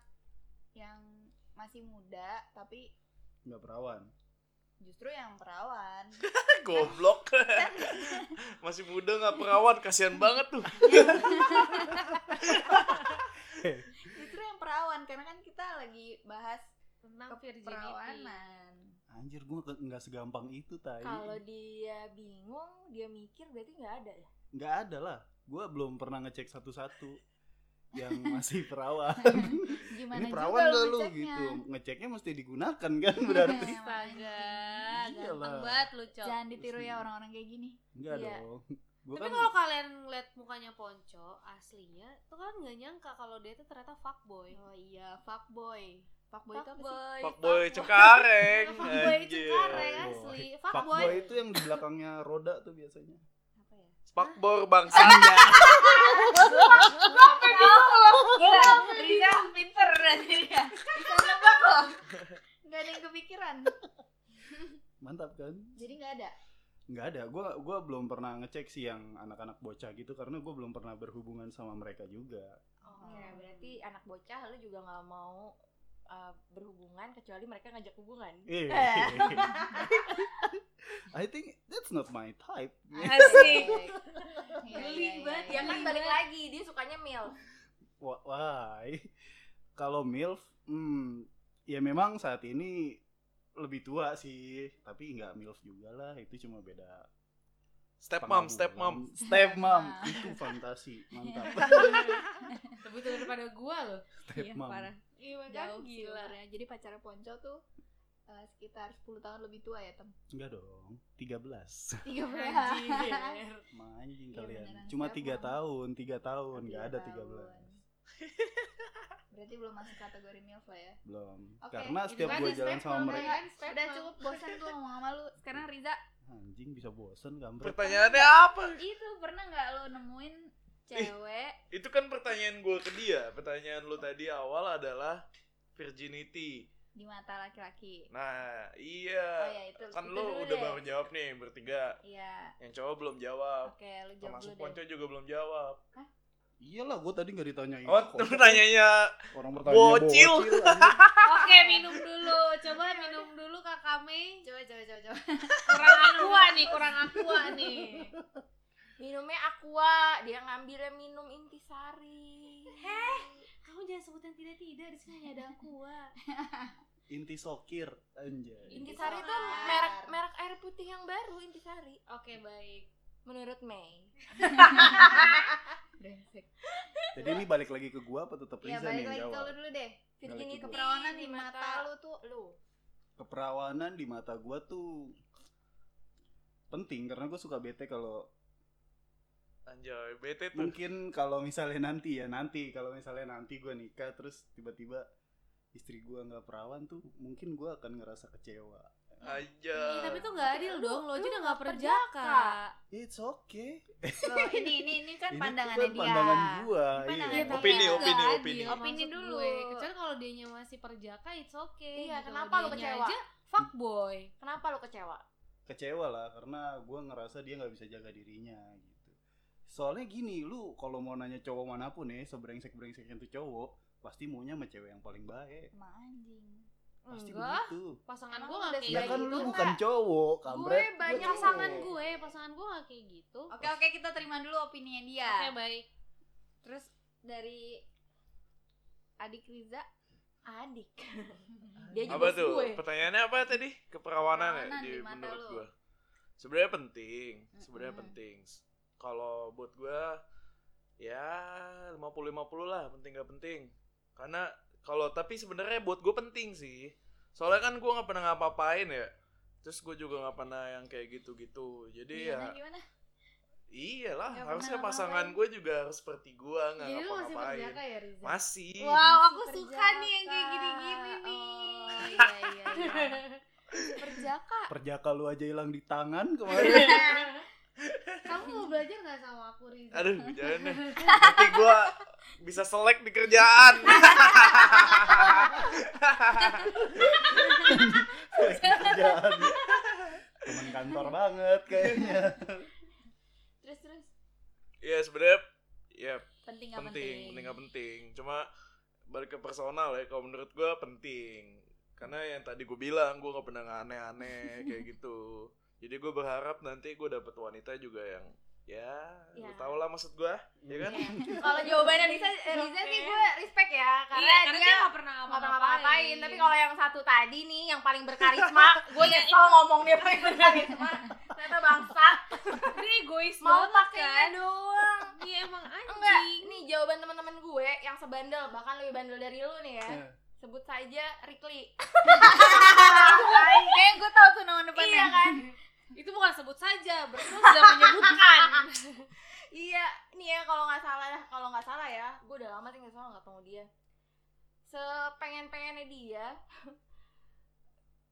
[SPEAKER 4] yang masih muda tapi
[SPEAKER 1] Enggak perawan.
[SPEAKER 4] justru yang perawan?
[SPEAKER 2] Eh,
[SPEAKER 4] Kan
[SPEAKER 2] Goblok. Masih muda nggak perawan, kasihan banget tuh.
[SPEAKER 4] justru yang perawan karena kan kita lagi bahas
[SPEAKER 3] tentang virginity
[SPEAKER 4] keperawanan.
[SPEAKER 1] Anjir, gue enggak segampang itu, Tai.
[SPEAKER 5] Kalau dia bingung, dia mikir berarti nggak ada ya.
[SPEAKER 1] nggak ada lah gue belum pernah ngecek satu-satu yang masih perawan
[SPEAKER 4] Gimana
[SPEAKER 1] ini
[SPEAKER 4] juga
[SPEAKER 1] perawan
[SPEAKER 4] lu
[SPEAKER 1] dah lu
[SPEAKER 4] ngeceknya?
[SPEAKER 1] gitu ngeceknya mesti digunakan kan berarti
[SPEAKER 4] Iya,
[SPEAKER 3] Astaga,
[SPEAKER 1] Iyalah.
[SPEAKER 3] ganteng banget lu, Cok.
[SPEAKER 4] Jangan ditiru ya orang-orang kayak gini.
[SPEAKER 1] enggak
[SPEAKER 3] Iya.
[SPEAKER 1] dong gua
[SPEAKER 3] Tapi
[SPEAKER 1] kan
[SPEAKER 3] kalau kalian ngeliat mukanya Ponco aslinya, tuh kan nggak nyangka kalau dia tuh ternyata fuckboy.
[SPEAKER 4] Oh iya, fuckboy. Fuckboy itu apa sih?
[SPEAKER 3] Fuckboy.
[SPEAKER 2] Fuckboy cengkareng.
[SPEAKER 3] Fuckboy
[SPEAKER 2] anjir.
[SPEAKER 3] cengkareng
[SPEAKER 1] Fuckboy.
[SPEAKER 3] asli.
[SPEAKER 1] fuckboy
[SPEAKER 3] Fuckboy.
[SPEAKER 1] itu yang di belakangnya roda tuh biasanya
[SPEAKER 4] Apa ya?
[SPEAKER 2] Fuckboy bangsa. Iya.
[SPEAKER 5] Gila, Riza pinter ya.
[SPEAKER 4] Bisa nebak loh. Gak ada yang kepikiran.
[SPEAKER 1] mantap kan
[SPEAKER 4] Jadi gak ada.
[SPEAKER 1] nggak ada gua gua belum pernah ngecek sih yang anak-anak bocah gitu karena gua belum pernah berhubungan sama mereka juga
[SPEAKER 5] Oke, Oh. Ya, berarti anak bocah lu juga nggak mau uh, berhubungan kecuali mereka ngajak hubungan.
[SPEAKER 1] eh I think that's not my type
[SPEAKER 5] Asik.
[SPEAKER 4] Iya,
[SPEAKER 3] Geli
[SPEAKER 4] iya, iya,
[SPEAKER 3] banget.
[SPEAKER 4] iya.
[SPEAKER 5] Ya kan balik lagi, dia sukanya mil.
[SPEAKER 1] Wha- Why? Kalau MILF, hmm, ya memang saat ini lebih tua sih, tapi nggak MILF juga lah, itu cuma beda.
[SPEAKER 2] Step mom, step mom.
[SPEAKER 1] kan. step mom, itu fantasi,
[SPEAKER 4] Iya.
[SPEAKER 1] mantap.
[SPEAKER 3] Lebih tua daripada gua loh.
[SPEAKER 1] step mom.
[SPEAKER 4] Jauh
[SPEAKER 3] Iya kan
[SPEAKER 4] sih
[SPEAKER 3] gila.
[SPEAKER 4] umurnya. Jadi pacarnya Ponco tuh eh, sekitar 10 tahun lebih tua ya, Tem?
[SPEAKER 1] Enggak dong, 13.
[SPEAKER 4] Tiga
[SPEAKER 3] Anjir.
[SPEAKER 1] Manjing
[SPEAKER 4] Iya,
[SPEAKER 1] kalian.
[SPEAKER 4] beneran
[SPEAKER 1] Cuma
[SPEAKER 4] step
[SPEAKER 1] 3
[SPEAKER 4] mom.
[SPEAKER 1] tahun, 3 tahun, Oh, nggak ada 13.
[SPEAKER 4] Berarti belum masuk kategori MILF lah ya.
[SPEAKER 1] Belum.
[SPEAKER 4] Oke,
[SPEAKER 1] Karena
[SPEAKER 4] itu
[SPEAKER 1] setiap
[SPEAKER 4] kan
[SPEAKER 1] gue
[SPEAKER 4] di
[SPEAKER 1] jalan
[SPEAKER 3] step
[SPEAKER 1] sama
[SPEAKER 3] mom,
[SPEAKER 1] mereka,
[SPEAKER 3] ya. Kan step
[SPEAKER 4] Udah
[SPEAKER 3] mom.
[SPEAKER 4] cukup bosan gue ngomong sama lu. Sekarang Riza,
[SPEAKER 1] anjing bisa bosen kampret.
[SPEAKER 2] Pertanyaannya apa?
[SPEAKER 4] itu pernah nggak lo nemuin cewek
[SPEAKER 2] Itu kan pertanyaan gue ke dia. Pertanyaan lu tadi awal adalah virginity.
[SPEAKER 4] di mata laki-laki?
[SPEAKER 2] Nah,
[SPEAKER 4] Oh
[SPEAKER 2] iya.
[SPEAKER 4] ya itu.
[SPEAKER 2] Kan
[SPEAKER 4] itu
[SPEAKER 2] lu
[SPEAKER 4] dulu
[SPEAKER 2] udah
[SPEAKER 4] deh.
[SPEAKER 2] baru jawab nih bertiga.
[SPEAKER 4] Iya.
[SPEAKER 2] Yang cowok belum jawab.
[SPEAKER 4] Oke, lu jawab
[SPEAKER 2] Termasuk
[SPEAKER 4] dulu
[SPEAKER 2] Ponco
[SPEAKER 4] deh.
[SPEAKER 2] juga belum jawab.
[SPEAKER 1] Iyalah, gue tadi nggak ditanyain.
[SPEAKER 2] Oh,
[SPEAKER 1] Kok
[SPEAKER 2] pertanyaannya
[SPEAKER 1] orang bertanya
[SPEAKER 2] bocil.
[SPEAKER 1] anjing.
[SPEAKER 3] Oke, minum dulu. Coba minum dulu Kakak Mei.
[SPEAKER 4] Coba coba coba coba.
[SPEAKER 3] Kurang aqua nih, kurang aqua nih.
[SPEAKER 5] Minumnya aqua, dia ngambilnya minum intisari. Heh,
[SPEAKER 3] Kamu jangan sebutan tidak-tidak, di sini hanya ada aqua.
[SPEAKER 1] Inti sokir,
[SPEAKER 4] Iya.
[SPEAKER 1] anjay.
[SPEAKER 5] intisari itu
[SPEAKER 4] Intisar.
[SPEAKER 5] merek merek air putih yang baru intisari
[SPEAKER 3] Oke, baik.
[SPEAKER 5] menurut Mei.
[SPEAKER 4] Brengsek.
[SPEAKER 1] Jadi ini balik lagi ke gua apa tetap
[SPEAKER 4] Iya,
[SPEAKER 1] Riza nih
[SPEAKER 4] balik
[SPEAKER 1] yang
[SPEAKER 4] lagi ke
[SPEAKER 1] jawab?
[SPEAKER 4] lu dulu deh.
[SPEAKER 1] Balik
[SPEAKER 5] Virginity
[SPEAKER 1] ke
[SPEAKER 4] Keperawanan di mata lu tuh
[SPEAKER 5] lu.
[SPEAKER 1] Keperawanan di mata gua tuh penting karena gue suka bete kalau
[SPEAKER 2] Anjay, bete tuh.
[SPEAKER 1] mungkin kalau misalnya nanti ya nanti kalau misalnya nanti gua nikah terus tiba-tiba istri gua nggak perawan tuh mungkin gua akan ngerasa kecewa
[SPEAKER 3] Ih,
[SPEAKER 2] Aja.
[SPEAKER 3] tapi tuh nggak adil dong, lo aja udah nggak perjaka.
[SPEAKER 1] it's okay
[SPEAKER 4] Loh, ini ini ini kan
[SPEAKER 1] Ini tuh
[SPEAKER 4] pandangannya
[SPEAKER 1] kan
[SPEAKER 4] dia.
[SPEAKER 1] pandangan gua
[SPEAKER 4] Pandangan
[SPEAKER 1] iya.
[SPEAKER 4] dia.
[SPEAKER 2] Opini,
[SPEAKER 4] Nggak
[SPEAKER 2] opini,
[SPEAKER 4] adil.
[SPEAKER 2] opini.
[SPEAKER 4] Opini
[SPEAKER 3] Maksud
[SPEAKER 4] dulu.
[SPEAKER 3] gue, kecuali kalau dianya masih perjaka, it's okay.
[SPEAKER 5] Iya,
[SPEAKER 3] Gitu.
[SPEAKER 5] kenapa
[SPEAKER 3] Kalau
[SPEAKER 5] lu
[SPEAKER 3] dianya
[SPEAKER 5] kecewa?
[SPEAKER 3] Aja, fuckboy.
[SPEAKER 5] Kenapa lu kecewa?
[SPEAKER 1] kecewa lah karena gua ngerasa dia nggak bisa jaga dirinya gitu soalnya gini lu kalau mau nanya cowok manapun ya sebrengsek brengseknya tuh cowok pasti maunya sama cewek yang paling baik
[SPEAKER 4] Sama anjing.
[SPEAKER 1] pasti
[SPEAKER 3] Enggak,
[SPEAKER 1] begitu
[SPEAKER 3] pasangan
[SPEAKER 5] Emang
[SPEAKER 3] gue
[SPEAKER 5] lu
[SPEAKER 3] nggak
[SPEAKER 5] udah
[SPEAKER 3] kayak
[SPEAKER 1] Ya
[SPEAKER 5] sebaik
[SPEAKER 1] kan
[SPEAKER 5] itu,
[SPEAKER 1] lu
[SPEAKER 5] Kak.
[SPEAKER 1] bukan cowok,
[SPEAKER 3] Gue
[SPEAKER 1] kampret. Iya.
[SPEAKER 3] banyak
[SPEAKER 1] cowok.
[SPEAKER 3] pasangan gue, pasangan gue nggak kayak gitu.
[SPEAKER 4] Oke, oke kita terima dulu opininya dia.
[SPEAKER 3] Oke, baik.
[SPEAKER 4] Terus dari adik Riza
[SPEAKER 5] Adik. dia juga
[SPEAKER 2] Apa tuh?
[SPEAKER 5] gue.
[SPEAKER 2] Pertanyaannya apa tadi? Keperawanan ya
[SPEAKER 4] Keperawanan
[SPEAKER 2] di
[SPEAKER 4] di mata
[SPEAKER 2] menurut
[SPEAKER 4] lu.
[SPEAKER 2] gua. Sebenarnya penting, sebenarnya
[SPEAKER 4] Mm-mm.
[SPEAKER 2] penting. Kalau buat gua ya 50-50 lah, penting gak penting. Karena kalau tapi sebenarnya buat gue penting sih. Soalnya kan gua nggak pernah ngapa-ngapain ya. Terus gue juga nggak pernah yang kayak gitu-gitu. Jadi ya
[SPEAKER 4] gimana gimana?
[SPEAKER 2] iyalah,
[SPEAKER 4] Nggak
[SPEAKER 2] harusnya
[SPEAKER 4] pernah
[SPEAKER 2] pasangan gue juga harus seperti gua nggak
[SPEAKER 3] Jadi lu masih
[SPEAKER 2] ngapa-ngapain.
[SPEAKER 3] perjaka ya, Riza?
[SPEAKER 2] Masih.
[SPEAKER 3] Wow,
[SPEAKER 4] Masih
[SPEAKER 3] aku suka
[SPEAKER 4] perjaka.
[SPEAKER 3] nih yang kayak gini-gini nih.
[SPEAKER 4] Oh, iya iya iya. Perjaka.
[SPEAKER 1] Perjaka lu aja hilang di tangan kemarin.
[SPEAKER 3] Kamu mau belajar nggak sama aku, Riza?
[SPEAKER 2] Aduh, jangan deh. Nanti gua bisa selek di kerjaan.
[SPEAKER 1] Kerjaan. Temen kantor banget kayaknya.
[SPEAKER 4] Terus terus.
[SPEAKER 2] ya sebenarnya ya
[SPEAKER 4] Penting nggak
[SPEAKER 2] penting, penting nggak penting. Cuma balik ke personal ya, kalau menurut gua penting. Karena yang tadi gue bilang gua nggak pernah aneh-aneh kayak gitu. Jadi gue berharap nanti gue dapet wanita juga yang ya, lu
[SPEAKER 5] Ya.
[SPEAKER 2] tau lah maksud gua ya kan?
[SPEAKER 5] Kalau jawabannya Riza, Riza sih gue respect ya karena,
[SPEAKER 3] iya, karena dia,
[SPEAKER 5] dia
[SPEAKER 3] nggak pernah
[SPEAKER 5] nggak pernah
[SPEAKER 3] ngapa-ngapain.
[SPEAKER 5] ngapain tapi kalau yang satu tadi nih yang paling berkarisma gue nyesel ngomong dia paling berkarisma ternyata bangsat
[SPEAKER 3] Dia egois
[SPEAKER 5] mau
[SPEAKER 3] banget kan.
[SPEAKER 5] pakainya doang
[SPEAKER 3] Iya emang
[SPEAKER 5] enggak
[SPEAKER 3] anjing.
[SPEAKER 5] ini jawaban teman-teman gue yang sebandel bahkan lebih bandel dari lu nih ya
[SPEAKER 1] Eh,
[SPEAKER 5] sebut saja Rikli
[SPEAKER 4] Kayaknya gue tau tuh nama depannya.
[SPEAKER 5] iya kan
[SPEAKER 3] Itu bukan sebut saja, berarti sudah menyebutkan.
[SPEAKER 5] iya nih ya kalau nggak salah kalau nggak salah ya gue udah lama tinggal sama nggak ketemu dia sepengen pengennya dia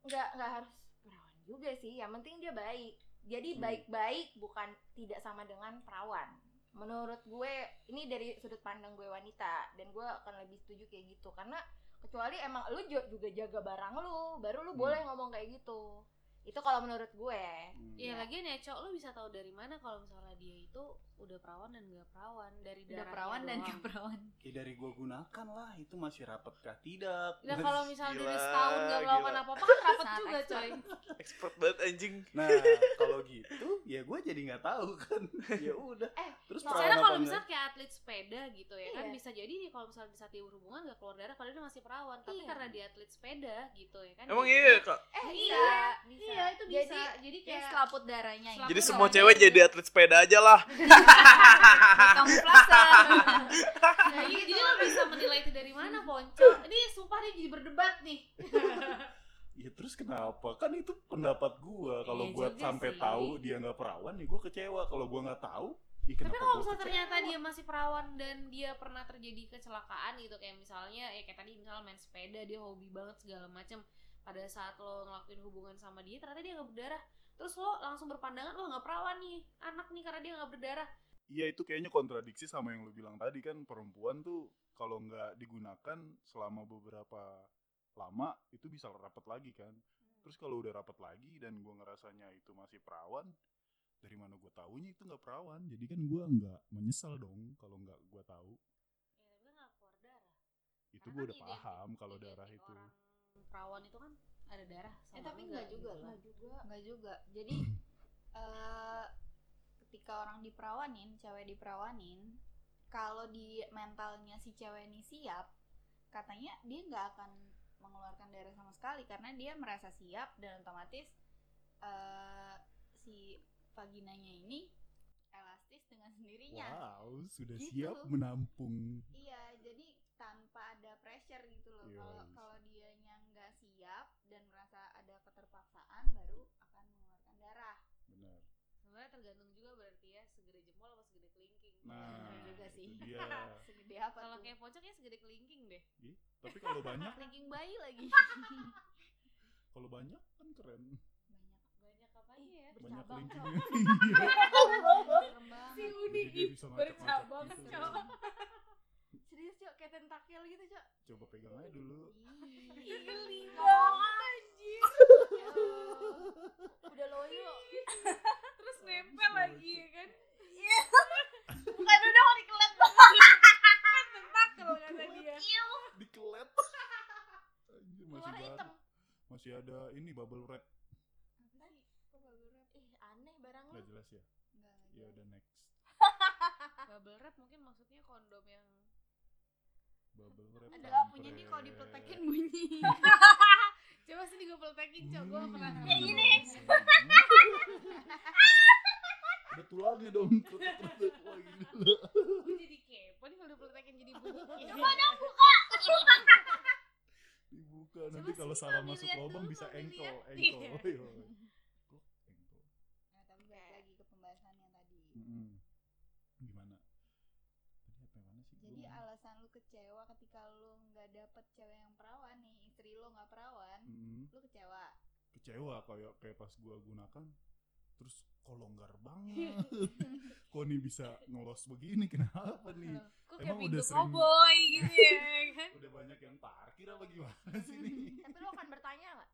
[SPEAKER 5] nggak nggak harus perawan juga sih yang penting dia baik jadi
[SPEAKER 1] Hmm.
[SPEAKER 5] baik baik bukan tidak sama dengan perawan menurut gue ini dari sudut pandang gue wanita dan gue akan lebih setuju kayak gitu karena kecuali emang lu ju- juga jaga barang lu baru lu
[SPEAKER 1] Hmm.
[SPEAKER 5] boleh ngomong kayak gitu itu kalau menurut gue
[SPEAKER 1] hmm.
[SPEAKER 3] Iya lagian ya cok, lu bisa tahu dari mana kalau misalnya dia itu udah perawan dan gak perawan dari
[SPEAKER 4] Udah
[SPEAKER 3] darahnya
[SPEAKER 4] perawan dan
[SPEAKER 3] doang.
[SPEAKER 4] gak perawan.
[SPEAKER 1] Ya dari gua gunakan lah itu masih rapet kah tidak?
[SPEAKER 3] Nah kalau misalnya dari
[SPEAKER 2] Gila,
[SPEAKER 3] setahun gak melakukan
[SPEAKER 2] gila.
[SPEAKER 3] apa-apa kan rapat
[SPEAKER 4] Sangat
[SPEAKER 3] juga
[SPEAKER 4] expert.
[SPEAKER 3] coy
[SPEAKER 2] Expert banget anjing.
[SPEAKER 1] Nah kalau gitu ya gua jadi nggak tahu kan. Ya udah.
[SPEAKER 5] Eh,
[SPEAKER 1] Terus perawan
[SPEAKER 3] Misalnya
[SPEAKER 1] apa
[SPEAKER 3] kalau
[SPEAKER 1] enggak?
[SPEAKER 3] misalnya kayak atlet sepeda gitu ya kan
[SPEAKER 5] Iya.
[SPEAKER 3] Bisa jadi nih kalau misalnya di saat dia berhubungan gak keluar darah padahal dia masih perawan Tapi
[SPEAKER 5] Iya.
[SPEAKER 3] karena dia atlet sepeda gitu ya kan
[SPEAKER 2] Emang
[SPEAKER 3] jadinya-
[SPEAKER 2] iya kak.
[SPEAKER 5] eh Iya.
[SPEAKER 3] Iya,
[SPEAKER 5] bisa.
[SPEAKER 3] Iya itu bisa
[SPEAKER 5] Jadi,
[SPEAKER 3] Jadi,
[SPEAKER 4] Kayak
[SPEAKER 3] kayak
[SPEAKER 4] selaput darahnya
[SPEAKER 3] Selaput
[SPEAKER 2] Jadi
[SPEAKER 3] Aku
[SPEAKER 2] semua
[SPEAKER 3] doain
[SPEAKER 2] cewek
[SPEAKER 3] aja.
[SPEAKER 2] jadi atlet sepeda aja lah.
[SPEAKER 4] kamu plaster.
[SPEAKER 3] Nah, iya, jadi lo bisa menilai itu dari mana Ponco Ini sumpah dia jadi berdebat nih
[SPEAKER 1] Ya terus kenapa? Kan itu pendapat gua. Kalau
[SPEAKER 3] Iya
[SPEAKER 1] gua
[SPEAKER 3] juga
[SPEAKER 1] sampai
[SPEAKER 3] sih.
[SPEAKER 1] tahu dia nggak perawan, ya gua kecewa. Kalau gua nggak tahu, ya
[SPEAKER 3] Tapi
[SPEAKER 1] kenapa
[SPEAKER 3] kalau
[SPEAKER 1] gua
[SPEAKER 3] misalnya
[SPEAKER 1] kecewa?
[SPEAKER 3] ternyata dia masih perawan dan dia pernah terjadi kecelakaan gitu kayak misalnya ya kayak tadi misalnya main sepeda dia hobi banget segala macam pada saat lo ngelakuin hubungan sama dia ternyata dia nggak berdarah terus lo langsung berpandangan lo nggak perawan nih anak nih karena dia nggak berdarah
[SPEAKER 1] Iya itu kayaknya kontradiksi sama yang lu bilang tadi kan perempuan tuh kalau nggak digunakan selama beberapa lama itu bisa rapat lagi kan.
[SPEAKER 4] Hmm.
[SPEAKER 1] Terus kalau udah rapat lagi dan gua ngerasanya itu masih perawan, dari mana gua taunya itu nggak perawan. Jadi kan gua nggak menyesal dong kalau nggak gua tahu.
[SPEAKER 3] ya tapi nggak keluar darah
[SPEAKER 1] Itu gua
[SPEAKER 3] Karena kan
[SPEAKER 1] udah
[SPEAKER 3] identik-
[SPEAKER 1] paham kalau
[SPEAKER 3] identik
[SPEAKER 1] darah itu.
[SPEAKER 3] orang perawan itu kan ada darah sama
[SPEAKER 4] Eh, tapi nggak juga
[SPEAKER 3] gitu
[SPEAKER 4] lah.
[SPEAKER 3] kan.
[SPEAKER 5] Eh, juga
[SPEAKER 4] Enggak juga. Jadi eh ketika orang diperawanin, cewek diperawanin, kalau di mentalnya si cewek ini siap, katanya dia nggak akan mengeluarkan darah sama sekali karena dia merasa siap dan otomatis eh si vaginanya ini elastis dengan sendirinya.
[SPEAKER 1] Wow, sudah
[SPEAKER 4] Gitu.
[SPEAKER 1] siap menampung.
[SPEAKER 4] Iya, jadi tanpa ada pressure gitu loh.
[SPEAKER 1] Iya,
[SPEAKER 4] Kalau
[SPEAKER 1] bisa.
[SPEAKER 4] kalau dianya nggak siap dan merasa ada keterpaksaan baru akan mengeluarkan darah.
[SPEAKER 1] Benar.
[SPEAKER 3] sebenarnya tergantung juga berarti ya segede jempol apa segede kelingking
[SPEAKER 1] Nah,
[SPEAKER 4] Iya, Benar juga
[SPEAKER 1] itu
[SPEAKER 4] sih.
[SPEAKER 1] dia.
[SPEAKER 4] Segede apa
[SPEAKER 3] kalau
[SPEAKER 4] tuh?
[SPEAKER 3] kayak pocong ya segede kelingking deh
[SPEAKER 1] Tapi kalau banyak,
[SPEAKER 4] Ranking bayi lagi.
[SPEAKER 1] kalau banyak kan keren.
[SPEAKER 3] banyak apa
[SPEAKER 5] Iya.
[SPEAKER 3] ya
[SPEAKER 1] Banyak
[SPEAKER 4] Bercabang.
[SPEAKER 1] linkingnya.
[SPEAKER 3] gitu,
[SPEAKER 4] Serem banget.
[SPEAKER 5] si Udi
[SPEAKER 1] Jadi dia bisa ngacak-ngacak
[SPEAKER 5] bercabang
[SPEAKER 1] gitu.
[SPEAKER 5] cok serius cok kayak tentakel gitu cok
[SPEAKER 1] Coba pegang aja dulu.
[SPEAKER 5] geli banget anjir Ya Allah. udah loyo
[SPEAKER 3] terus
[SPEAKER 1] nempel lagi, ya
[SPEAKER 3] kan
[SPEAKER 5] bukan udah mau dikelet Kan
[SPEAKER 3] kalau kata dia
[SPEAKER 1] dikelet Anjir, masih
[SPEAKER 5] warna
[SPEAKER 1] ada
[SPEAKER 5] hitam
[SPEAKER 1] masih ada ini bubble wrap
[SPEAKER 5] ih aneh barang lu
[SPEAKER 1] nggak jelas ya ya udah next
[SPEAKER 3] bubble wrap mungkin maksudnya kondom yang
[SPEAKER 1] bubble wrap
[SPEAKER 4] Ada
[SPEAKER 1] kampret.
[SPEAKER 4] punya nih kalau dipeletekin bunyi.
[SPEAKER 3] coba sini gue peltekin cok gue
[SPEAKER 1] Hmm,
[SPEAKER 3] pernah
[SPEAKER 4] Ya gini.
[SPEAKER 1] ada tulangnya dong peletek-peletek. Wah, gila.
[SPEAKER 3] Gua jadi kepo nih kalau dipeltekin jadi bunyi gitu.
[SPEAKER 5] Coba
[SPEAKER 3] dong
[SPEAKER 1] dibuka
[SPEAKER 3] Coba
[SPEAKER 1] nanti kalau
[SPEAKER 3] sini,
[SPEAKER 1] salah
[SPEAKER 3] Mami,
[SPEAKER 1] masuk
[SPEAKER 3] lihat
[SPEAKER 1] lobang
[SPEAKER 3] dulu,
[SPEAKER 1] bisa Oh,
[SPEAKER 3] Mami,
[SPEAKER 1] engkol
[SPEAKER 3] lihat.
[SPEAKER 1] engkol
[SPEAKER 3] Iya.
[SPEAKER 1] Ayo. Blok, engkol
[SPEAKER 4] Nah, tapi balik lagi ke pembahasan yang tadi.
[SPEAKER 1] Mm-mm. gimana tadi apa yang mana sih
[SPEAKER 4] Jadi
[SPEAKER 1] Gua-
[SPEAKER 4] alasan lu kecewa ketika lu nggak dapet cewek yang perawan nih, istri lu nggak perawan,
[SPEAKER 1] Mm-mm.
[SPEAKER 4] lu kecewa.
[SPEAKER 1] kecewa kayak kayak pas gua gunakan terus kok longgar banget kok ini bisa ngelos begini kenapa nih
[SPEAKER 3] kok kayak
[SPEAKER 1] iya. Emang
[SPEAKER 3] pintu
[SPEAKER 1] udah sering-
[SPEAKER 3] cowboy gitu ya kan
[SPEAKER 1] udah banyak yang parkir apa gimana sih nih
[SPEAKER 5] tapi lu akan bertanya nggak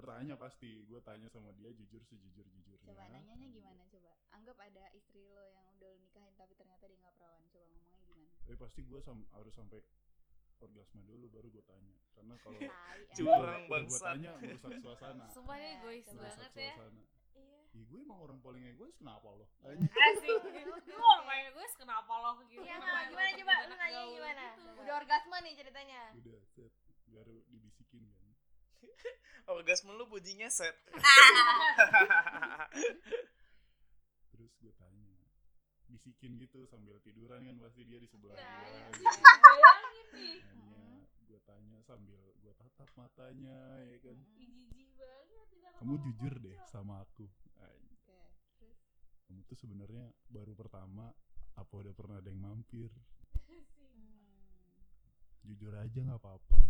[SPEAKER 1] bertanya pasti gua tanya sama dia jujur sejujur jujurnya
[SPEAKER 4] Coba nanyanya gimana coba? Anggap ada istri lo yang udah lo nikahin tapi ternyata dia nggak perawan. Coba ngomongnya gimana?
[SPEAKER 1] tapi pasti gua sam- harus sampai orgasme dulu baru gua tanya karena kalau
[SPEAKER 4] Tai,
[SPEAKER 1] udah-
[SPEAKER 2] Curang,
[SPEAKER 1] udah gua
[SPEAKER 2] bangsat.
[SPEAKER 1] tanya merusak suasana
[SPEAKER 3] sumpah dia
[SPEAKER 4] Ya,
[SPEAKER 3] egois
[SPEAKER 4] coba.
[SPEAKER 1] merusak
[SPEAKER 3] banget ya
[SPEAKER 1] suasana
[SPEAKER 5] iya
[SPEAKER 1] Ih, gue emang orang paling egois kenapa lo
[SPEAKER 4] emang.
[SPEAKER 1] Tanya.
[SPEAKER 3] asik lu orang kayak gue kenapa lo gitu
[SPEAKER 5] Iya,
[SPEAKER 3] Kenapa
[SPEAKER 5] nah,
[SPEAKER 3] lo
[SPEAKER 5] gimana
[SPEAKER 3] jadi
[SPEAKER 5] coba lu
[SPEAKER 3] anak
[SPEAKER 5] nanya
[SPEAKER 3] gaul
[SPEAKER 5] gimana
[SPEAKER 3] gitu?
[SPEAKER 5] udah orgasme nih ceritanya
[SPEAKER 1] udah set baru dibisikin kan
[SPEAKER 2] Orgasme lu bunyinya set.
[SPEAKER 1] bisikin gitu sambil tiduran kan pasti dia di sebelah gua
[SPEAKER 3] Nah, iya.
[SPEAKER 1] gitu.
[SPEAKER 3] Bayangin nih.
[SPEAKER 1] Makanya gue tanya sambil gue tatap matanya ya kan
[SPEAKER 3] Ih, Jijik banget. tidak
[SPEAKER 1] kamu
[SPEAKER 3] ketemu
[SPEAKER 1] jujur
[SPEAKER 3] pocong.
[SPEAKER 1] deh sama aku Ay,
[SPEAKER 4] Oke.
[SPEAKER 1] kamu tuh sebenarnya baru pertama apa udah pernah ada yang mampir
[SPEAKER 3] Gitu
[SPEAKER 1] jujur aja nggak apa-apa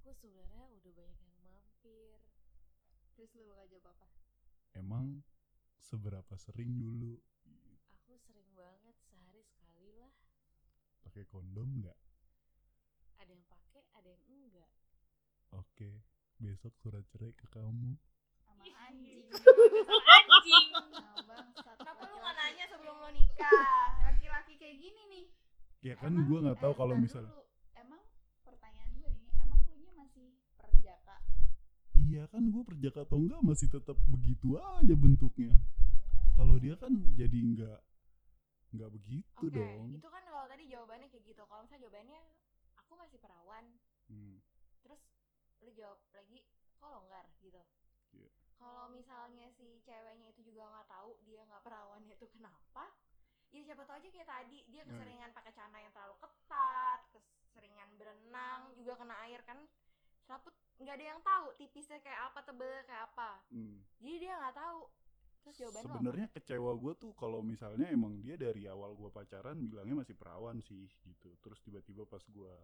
[SPEAKER 6] Aku sebenarnya udah banyak yang mampir.
[SPEAKER 4] Terus lu bakal jawab apa?
[SPEAKER 1] emang seberapa sering dulu
[SPEAKER 6] Aku sering banget sehari sekali lah.
[SPEAKER 1] pakai kondom nggak
[SPEAKER 6] Ada yang pakai, ada yang enggak.
[SPEAKER 1] oke besok surat cerai ke kamu
[SPEAKER 4] Sama anjing.
[SPEAKER 3] Anjing.
[SPEAKER 4] Sama bangsat.
[SPEAKER 5] Kenapa lu nggak
[SPEAKER 4] laki-laki.
[SPEAKER 5] nanya sebelum lo nikah?
[SPEAKER 4] Laki-laki kayak gini nih.
[SPEAKER 1] ya kan
[SPEAKER 4] Emang-
[SPEAKER 1] gue nggak tahu
[SPEAKER 4] eh,
[SPEAKER 1] kalau
[SPEAKER 4] bentar
[SPEAKER 1] misal
[SPEAKER 4] dulu. Emang pertanyaan gue ini, emang lu nya masih perjaka?
[SPEAKER 1] iya kan gue perjaka atau enggak masih tetap begitu aja bentuknya kalau dia kan jadi nggak nggak begitu
[SPEAKER 5] Oke,
[SPEAKER 1] dong
[SPEAKER 5] itu kan kalau tadi jawabannya kayak gitu. Kalau misalnya jawabannya aku masih perawan,
[SPEAKER 1] Hmm.
[SPEAKER 5] terus lu jawab lagi kok longgar gitu.
[SPEAKER 1] Iya.
[SPEAKER 5] Kalau misalnya si ceweknya itu juga nggak tahu dia nggak perawan itu kenapa? Ya siapa tahu aja kayak tadi dia
[SPEAKER 1] Hmm.
[SPEAKER 5] keseringan pakai celana yang terlalu ketat, keseringan berenang juga kena air kan seraput nggak ada yang tahu tipisnya kayak apa tebelnya kayak apa.
[SPEAKER 1] Hmm.
[SPEAKER 5] Jadi dia nggak tahu. Terus jawaban lu apa?
[SPEAKER 1] sebenarnya kecewa gue tuh kalau misalnya emang dia dari awal gue pacaran bilangnya masih perawan sih gitu terus tiba-tiba pas gue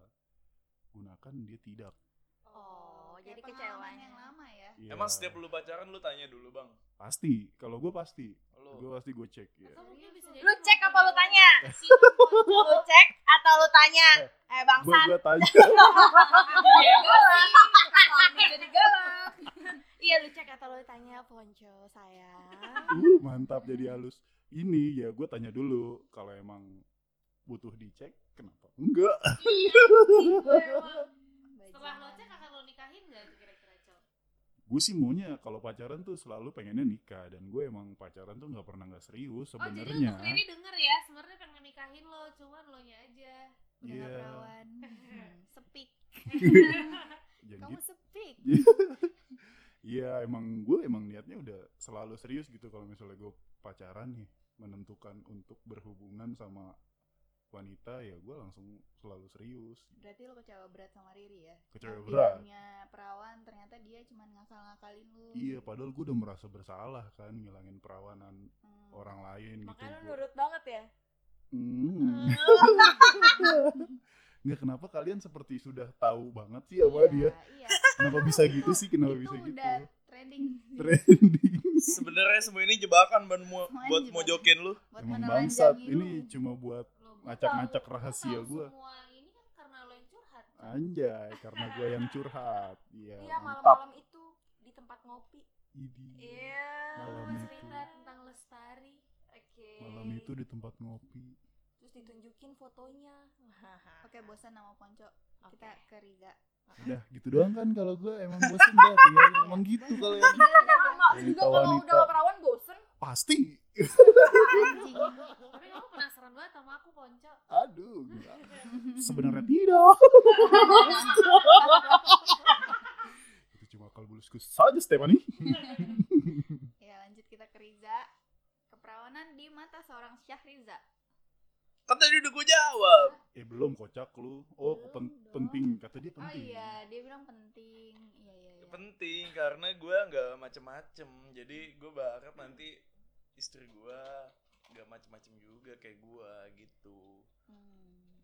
[SPEAKER 1] gunakan dia tidak
[SPEAKER 5] Oh,
[SPEAKER 4] Kayak
[SPEAKER 5] jadi
[SPEAKER 4] pengalaman
[SPEAKER 5] kecewanya.
[SPEAKER 4] yang lama ya.
[SPEAKER 1] Ya,
[SPEAKER 2] Emang setiap lu pacaran lu tanya dulu bang.
[SPEAKER 1] pasti kalau gue pasti
[SPEAKER 2] Lu
[SPEAKER 1] gue pasti gue cek ya
[SPEAKER 3] Atau mungkin bisa jadi
[SPEAKER 6] Lu cek apa lu
[SPEAKER 3] perempuan
[SPEAKER 6] tanya?
[SPEAKER 3] yang si perempuan
[SPEAKER 6] Lu cek atau lu tanya? Eh
[SPEAKER 1] gue
[SPEAKER 6] bangsat.
[SPEAKER 1] gue tanya
[SPEAKER 6] Jadi galak.
[SPEAKER 5] Iya lu cek atau lu tanya ponco sayang.
[SPEAKER 1] Uh, mantap jadi halus ini ya gue tanya dulu kalau emang butuh dicek kenapa enggak
[SPEAKER 3] gue emang. Setelah lo cek akan lo nikahin gak tuh kira-kira cowok?
[SPEAKER 1] gue sih maunya kalau pacaran tuh selalu pengennya nikah dan gue emang pacaran tuh nggak pernah nggak serius
[SPEAKER 3] Oh jadi lu
[SPEAKER 1] sebenarnya
[SPEAKER 3] sendiri denger ya, sebenarnya pengen nikahin lo, cuman lo nya aja.
[SPEAKER 4] Udah
[SPEAKER 1] Iya.
[SPEAKER 4] nggak perawan. Hmm, Sepik.
[SPEAKER 1] Jangan
[SPEAKER 4] Kamu sepik.
[SPEAKER 1] Iya emang gue emang niatnya udah selalu serius gitu kalau misalnya gue pacaran nih menentukan untuk berhubungan sama wanita ya gue langsung selalu serius
[SPEAKER 4] Berarti lu kecewa berat sama Riri ya?
[SPEAKER 1] kecewa
[SPEAKER 4] Yang
[SPEAKER 1] berat
[SPEAKER 4] bilangnya perawan ternyata dia cuma ngakal-ngakalin lu.
[SPEAKER 1] iya padahal gue udah merasa bersalah kan ngilangin perawanan
[SPEAKER 4] Hmm.
[SPEAKER 1] orang lain
[SPEAKER 5] Makanya lu
[SPEAKER 1] gitu
[SPEAKER 5] nurut banget ya.
[SPEAKER 1] Hmm. nggak kenapa kalian seperti sudah tahu banget sih sama dia
[SPEAKER 4] Iya.
[SPEAKER 1] kenapa bisa gitu sih kenapa
[SPEAKER 4] Itu
[SPEAKER 1] bisa gitu
[SPEAKER 4] udah trending.
[SPEAKER 1] trending
[SPEAKER 2] sebenarnya semua ini jebakan buat mo-
[SPEAKER 4] Semuanya
[SPEAKER 2] buat
[SPEAKER 4] jebakan.
[SPEAKER 2] mojokin lu.
[SPEAKER 4] Buat
[SPEAKER 1] emang
[SPEAKER 4] menelanjangi
[SPEAKER 1] bangsat
[SPEAKER 4] lu.
[SPEAKER 1] ini cuma buat
[SPEAKER 3] Lo gua
[SPEAKER 1] Ngacak-ngacak
[SPEAKER 3] tahu- gua
[SPEAKER 1] rahasia
[SPEAKER 3] tahu
[SPEAKER 1] gua.
[SPEAKER 3] Semua ini kan karena lo yang curhat.
[SPEAKER 1] Anjay, karena gue yang curhat. Iya,
[SPEAKER 5] Iya
[SPEAKER 1] mantap.
[SPEAKER 5] malam-malam itu di tempat ngopi.
[SPEAKER 1] Idi.
[SPEAKER 5] Iya.
[SPEAKER 1] Malam
[SPEAKER 3] Lo
[SPEAKER 1] itu.
[SPEAKER 3] cerita tentang lestari.
[SPEAKER 5] Oke.
[SPEAKER 1] Malam itu di tempat ngopi.
[SPEAKER 5] terus ditunjukin fotonya.
[SPEAKER 4] Oke, bosan sama Ponco. Kita ke Riga.
[SPEAKER 1] Udah, gitu doang kan kalau gue emang bosen dah. tinggalin. emang gitu kalau yang
[SPEAKER 5] sama lu
[SPEAKER 1] Wanita,
[SPEAKER 5] juga kalau udah
[SPEAKER 1] wanita.
[SPEAKER 5] gak perawan bosen.
[SPEAKER 1] pasti.
[SPEAKER 4] Anjing.
[SPEAKER 3] Tapi kamu penasaran banget sama aku Ponco.
[SPEAKER 1] Aduh, enggak. sebenarnya tidak. itu cuma kalau bulusku saja, Stephanie.
[SPEAKER 4] ya, lanjut kita ke Riza. Keperawanan di mata seorang Syahriza.
[SPEAKER 2] Kan tadi udah gue jawab.
[SPEAKER 1] Eh belum kocak lu. Oh,
[SPEAKER 4] Belum
[SPEAKER 1] pen-
[SPEAKER 4] dong.
[SPEAKER 1] penting. Kata dia
[SPEAKER 4] Oh
[SPEAKER 1] penting.
[SPEAKER 4] iya, dia bilang penting. Iya, iya, iya.
[SPEAKER 2] Penting karena gue nggak macem-macem. Jadi gue berharap nanti istri gue nggak macem-macem juga kayak gue gitu.
[SPEAKER 4] Hmm.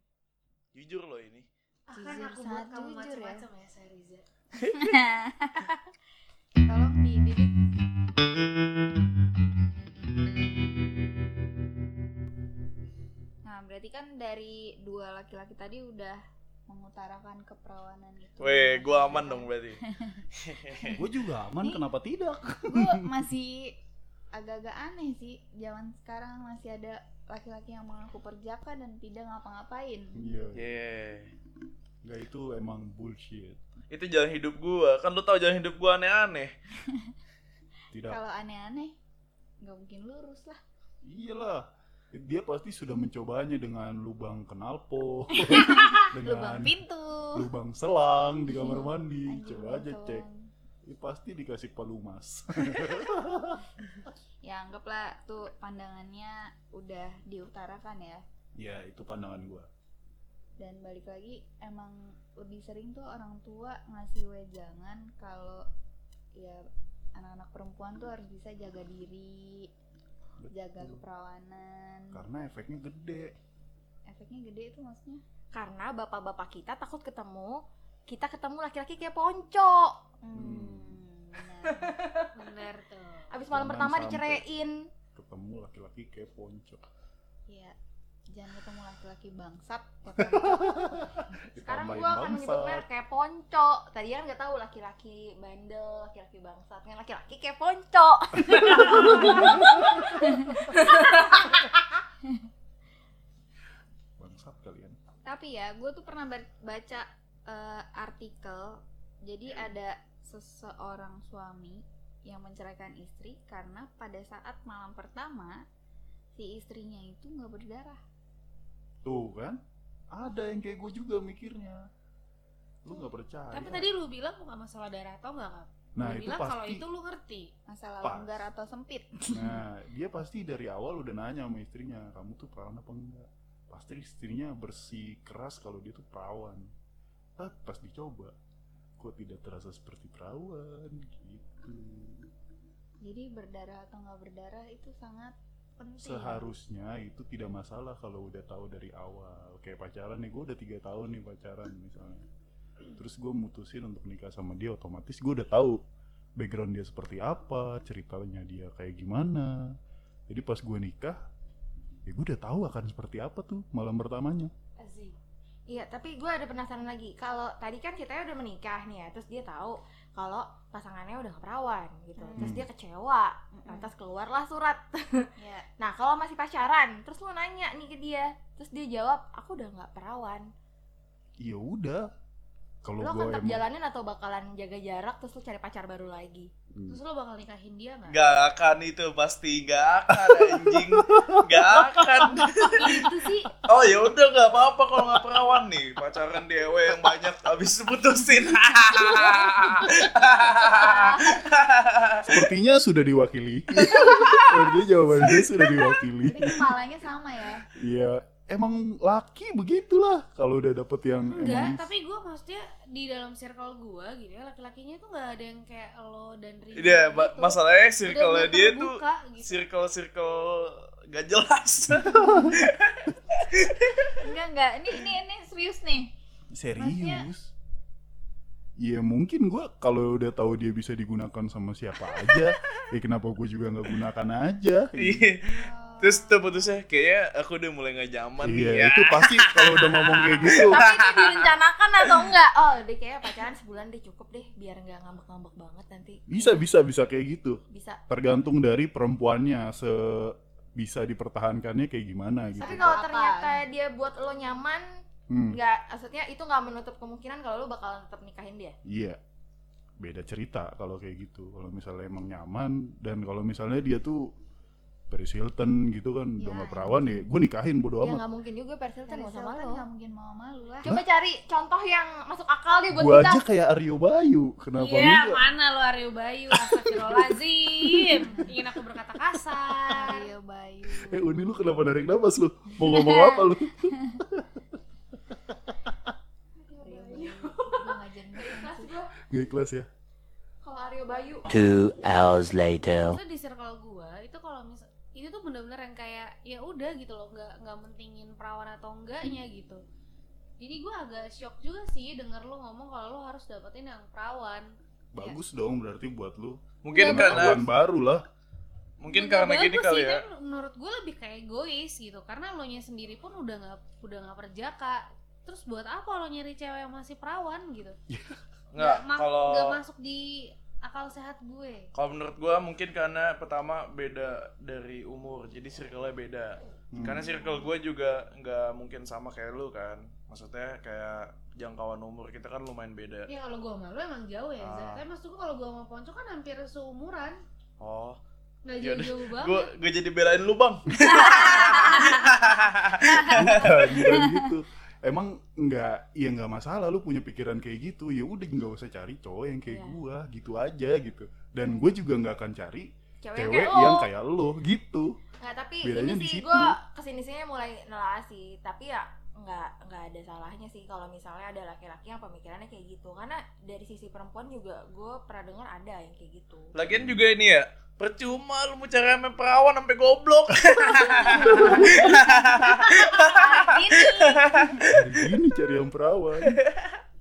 [SPEAKER 2] Jujur loh ini.
[SPEAKER 4] Akan Ah, kan aku buat kamu macam-macam
[SPEAKER 3] ya, Sariza.
[SPEAKER 4] Tolong dididik. Nah, berarti kan dari dua laki-laki tadi udah mengutarakan keperawanan itu.
[SPEAKER 2] Weh, gue aman dong berarti.
[SPEAKER 1] Gue juga aman,
[SPEAKER 4] Ih.
[SPEAKER 1] kenapa tidak?
[SPEAKER 4] Gue masih agak-agak aneh sih zaman sekarang masih ada laki-laki yang mengaku perjaka dan tidak ngapa-ngapain.
[SPEAKER 1] Iya.
[SPEAKER 2] Yeah.
[SPEAKER 1] Enggak itu emang bullshit.
[SPEAKER 2] Itu jalan hidup gue. Kan lu tau jalan hidup gue aneh-aneh.
[SPEAKER 1] Tidak
[SPEAKER 4] Kalau aneh-aneh nggak mungkin lurus lah.
[SPEAKER 1] Iyalah, dia pasti sudah mencobanya dengan lubang knalpot,
[SPEAKER 4] Lubang
[SPEAKER 1] dengan
[SPEAKER 4] pintu.
[SPEAKER 1] lubang selang di kamar mandi.
[SPEAKER 4] Anjing
[SPEAKER 1] Coba aja
[SPEAKER 4] bangsawan.
[SPEAKER 1] cek, Ya, pasti dikasih pelumas.
[SPEAKER 4] ya anggaplah tuh pandangannya udah diutarakan ya
[SPEAKER 1] ya itu pandangan gua
[SPEAKER 4] dan balik lagi emang lebih sering tuh orang tua ngasih wejangan kalau ya anak-anak perempuan tuh harus bisa jaga diri jaga
[SPEAKER 1] Betul.
[SPEAKER 4] keperawanan
[SPEAKER 1] karena efeknya gede
[SPEAKER 4] efeknya gede itu maksudnya
[SPEAKER 5] Karena bapak-bapak kita takut ketemu kita ketemu laki-laki kayak ponco.
[SPEAKER 4] hmm, benar.
[SPEAKER 3] benar tuh
[SPEAKER 5] Abis malam
[SPEAKER 1] Jangan
[SPEAKER 5] pertama
[SPEAKER 1] sampai.
[SPEAKER 5] dicerein.
[SPEAKER 1] ketemu laki-laki kayak ponco
[SPEAKER 4] Iya, jangan ketemu laki-laki bangsat kayak pocong.
[SPEAKER 5] Sekarang
[SPEAKER 1] Ditambahin
[SPEAKER 5] gua akan nyebut
[SPEAKER 1] bangsat.
[SPEAKER 5] merek kayak ponco. Tadi kan nggak tahu laki-laki bandel, laki-laki bangsat, kan laki-laki kayak ponco.
[SPEAKER 1] bangsat kalian
[SPEAKER 4] tapi ya gue tuh pernah ba- baca eh, artikel
[SPEAKER 1] Hmm.
[SPEAKER 4] jadi ada seseorang suami yang menceraikan istri karena pada saat malam pertama si istrinya itu nggak berdarah
[SPEAKER 1] tuh kan ada yang kayak gue juga mikirnya lu nggak percaya
[SPEAKER 3] tapi tadi lu bilang bukan masalah darah atau enggak kak
[SPEAKER 1] nah
[SPEAKER 3] lu
[SPEAKER 1] itu
[SPEAKER 3] bilang kalau
[SPEAKER 1] pasti
[SPEAKER 3] itu lu ngerti
[SPEAKER 4] masalah
[SPEAKER 1] Pas.
[SPEAKER 4] longgar atau sempit
[SPEAKER 1] nah dia pasti dari awal udah nanya sama istrinya kamu tuh perawan apa enggak pasti istrinya bersih keras kalau dia tuh perawan tapi pas dicoba kok tidak terasa seperti perawan gitu
[SPEAKER 4] jadi berdarah atau nggak berdarah itu sangat penting
[SPEAKER 1] seharusnya itu tidak masalah kalau udah tahu dari awal kayak pacaran nih gue udah tiga tahun nih pacaran misalnya terus gue mutusin untuk nikah sama dia otomatis gue udah tahu background dia seperti apa ceritanya dia kayak gimana jadi pas gue nikah ya gue udah tahu akan seperti apa tuh malam pertamanya
[SPEAKER 5] Iya, tapi gue ada penasaran lagi. Kalau tadi kan kita udah menikah nih ya, terus dia tahu kalau pasangannya udah nggak perawan gitu. Terus
[SPEAKER 1] Hmm.
[SPEAKER 5] dia kecewa,
[SPEAKER 4] Mm-mm.
[SPEAKER 5] lantas keluarlah surat.
[SPEAKER 4] ya
[SPEAKER 5] Nah, kalau masih pacaran, terus lu nanya nih ke dia, terus dia jawab, "Aku udah nggak perawan."
[SPEAKER 1] ya udah kalau
[SPEAKER 5] Lu
[SPEAKER 1] gue
[SPEAKER 5] akan tetap
[SPEAKER 1] emang
[SPEAKER 5] jalanin atau bakalan jaga jarak terus lu cari pacar baru lagi?
[SPEAKER 1] Hmm.
[SPEAKER 3] terus lu bakal nikahin dia nggak
[SPEAKER 2] Gak akan itu pasti gak akan anjing Gak akan
[SPEAKER 3] itu sih
[SPEAKER 2] Oh ya udah gak apa-apa kalau gak perawan nih Pacaran dewe yang banyak habis putusin
[SPEAKER 1] sepertinya sudah diwakili Sepertinya jawaban dia sudah diwakili
[SPEAKER 4] jadi kepalanya sama ya
[SPEAKER 1] Iya, emang laki begitulah kalau udah dapet yang
[SPEAKER 3] enggak
[SPEAKER 1] emang
[SPEAKER 3] tapi gue maksudnya di dalam circle gue gitu ya laki-lakinya tuh nggak ada yang kayak lo dan Riri
[SPEAKER 2] Iya
[SPEAKER 3] gitu.
[SPEAKER 2] ma- masalahnya
[SPEAKER 3] Udah
[SPEAKER 2] circle
[SPEAKER 3] bener
[SPEAKER 2] dia tuh
[SPEAKER 3] terbuka gitu.
[SPEAKER 2] Circle-circle gak jelas
[SPEAKER 4] enggak enggak ini ini ini serius nih
[SPEAKER 1] serius. Ya mungkin gua kalau udah tahu dia bisa digunakan sama siapa aja, ya kenapa gue juga nggak gunakan aja?
[SPEAKER 2] Iya. Terus tuh putusnya kayaknya aku udah mulai gak nyaman
[SPEAKER 1] Iya,
[SPEAKER 2] nih ya
[SPEAKER 1] itu pasti kalau udah ngomong kayak gitu.
[SPEAKER 5] Tapi itu direncanakan atau enggak? Oh, dia kayaknya pacaran sebulan deh cukup deh, biar nggak ngambek-ngambek banget nanti.
[SPEAKER 1] Bisa bisa bisa kayak gitu.
[SPEAKER 5] Bisa.
[SPEAKER 1] Tergantung dari perempuannya se bisa dipertahankannya kayak gimana gitu.
[SPEAKER 5] Tapi kalau
[SPEAKER 4] Apa?
[SPEAKER 5] ternyata dia buat lo nyaman,
[SPEAKER 1] Hmm,
[SPEAKER 5] nggak maksudnya itu nggak menutup kemungkinan kalau lu bakalan tetap nikahin dia
[SPEAKER 1] iya. Beda cerita kalau kayak gitu. Kalau misalnya emang nyaman dan kalau misalnya dia tuh Paris Hilton gitu kan udah
[SPEAKER 5] Iya.
[SPEAKER 4] Ya.
[SPEAKER 1] nggak perawan ya, gue nikahin bodo
[SPEAKER 5] ya
[SPEAKER 1] amat.
[SPEAKER 5] nggak mungkin juga Paris Hilton
[SPEAKER 4] Dari
[SPEAKER 5] mau sama
[SPEAKER 4] Selatan
[SPEAKER 5] lo
[SPEAKER 4] kan nggak mungkin mau sama lu lah
[SPEAKER 5] coba cari contoh yang masuk akal deh Eh, buat
[SPEAKER 1] Gua
[SPEAKER 5] kita
[SPEAKER 1] aja kayak Aryo Bayu, kenapa ya?
[SPEAKER 3] Iya,
[SPEAKER 1] enggak?
[SPEAKER 3] mana lo Aryo Bayu, astagfirullahaladzim Ingin aku berkata kasar
[SPEAKER 4] Ayo Bayu
[SPEAKER 1] Iya. Eh Uni lu kenapa narik nafas lu? Mau ngomong apa lu?
[SPEAKER 4] Ayo Bayu Gua nggak jenuh
[SPEAKER 5] Kelas gua,
[SPEAKER 1] Gak ikhlas ya?
[SPEAKER 5] kalau Aryo Bayu
[SPEAKER 7] Two hours later.
[SPEAKER 3] Terus di circle gue, itu kalau misal itu tuh bener-bener yang kayak ya udah gitu loh nggak nggak mentingin perawan atau enggaknya gitu jadi gue agak shock juga sih denger lo ngomong kalau lo harus dapetin yang perawan
[SPEAKER 1] Bagus dong berarti buat lu.
[SPEAKER 5] Iya,
[SPEAKER 2] Mungkin karena
[SPEAKER 1] Pengetahuan baru lah.
[SPEAKER 2] Mungkin
[SPEAKER 3] Iya, Nggak
[SPEAKER 2] karena gini
[SPEAKER 3] bagus
[SPEAKER 2] kali
[SPEAKER 3] sih,
[SPEAKER 2] ya
[SPEAKER 3] tapi menurut gue lebih kayak egois gitu karena lo nya sendiri pun udah nggak udah nggak perjaka terus buat apa lo nyari cewek yang masih perawan gitu
[SPEAKER 2] Nggak,
[SPEAKER 3] ma-
[SPEAKER 2] kalau
[SPEAKER 3] nggak masuk di akal sehat gue
[SPEAKER 2] kalau menurut gua mungkin karena pertama beda dari umur, jadi circle-nya beda.
[SPEAKER 1] Hmm.
[SPEAKER 2] Karena circle gua juga nggak mungkin sama kayak lu kan. Maksudnya kayak jangkauan umur kita kan lumayan beda.
[SPEAKER 3] ya kalau gue sama lo emang jauh ya Zah.
[SPEAKER 2] Ah.
[SPEAKER 3] tapi maksud gue kalau gue sama Ponco kan hampir seumuran
[SPEAKER 2] Oh,
[SPEAKER 3] nggak
[SPEAKER 2] Ya udah,
[SPEAKER 3] jauh-jauh banget
[SPEAKER 2] gua gua jadi belain lu, Bang.
[SPEAKER 1] Bukan, bukan gitu. Emang enggak, ya enggak masalah lu punya pikiran kayak gitu. Ya udah enggak usah cari cowok yang kayak
[SPEAKER 5] Iya.
[SPEAKER 1] gua, gitu aja gitu. Dan gue juga enggak akan cari
[SPEAKER 5] cewek,
[SPEAKER 1] cewek
[SPEAKER 5] kayak
[SPEAKER 1] yang
[SPEAKER 5] lo.
[SPEAKER 1] kayak lo gitu
[SPEAKER 5] Nggak, tapi
[SPEAKER 1] Bedanya di
[SPEAKER 5] ini sih
[SPEAKER 1] situ.
[SPEAKER 5] gue kesini sini mulai nelaah sih tapi ya nggak nggak ada salahnya sih kalau misalnya ada laki-laki yang pemikirannya kayak gitu karena dari sisi perempuan juga gue pernah dengar ada yang kayak gitu
[SPEAKER 2] Lagian juga ini ya, percuma lu mau cari sama perawan sampai goblok.
[SPEAKER 1] Dari gini cari yang perawan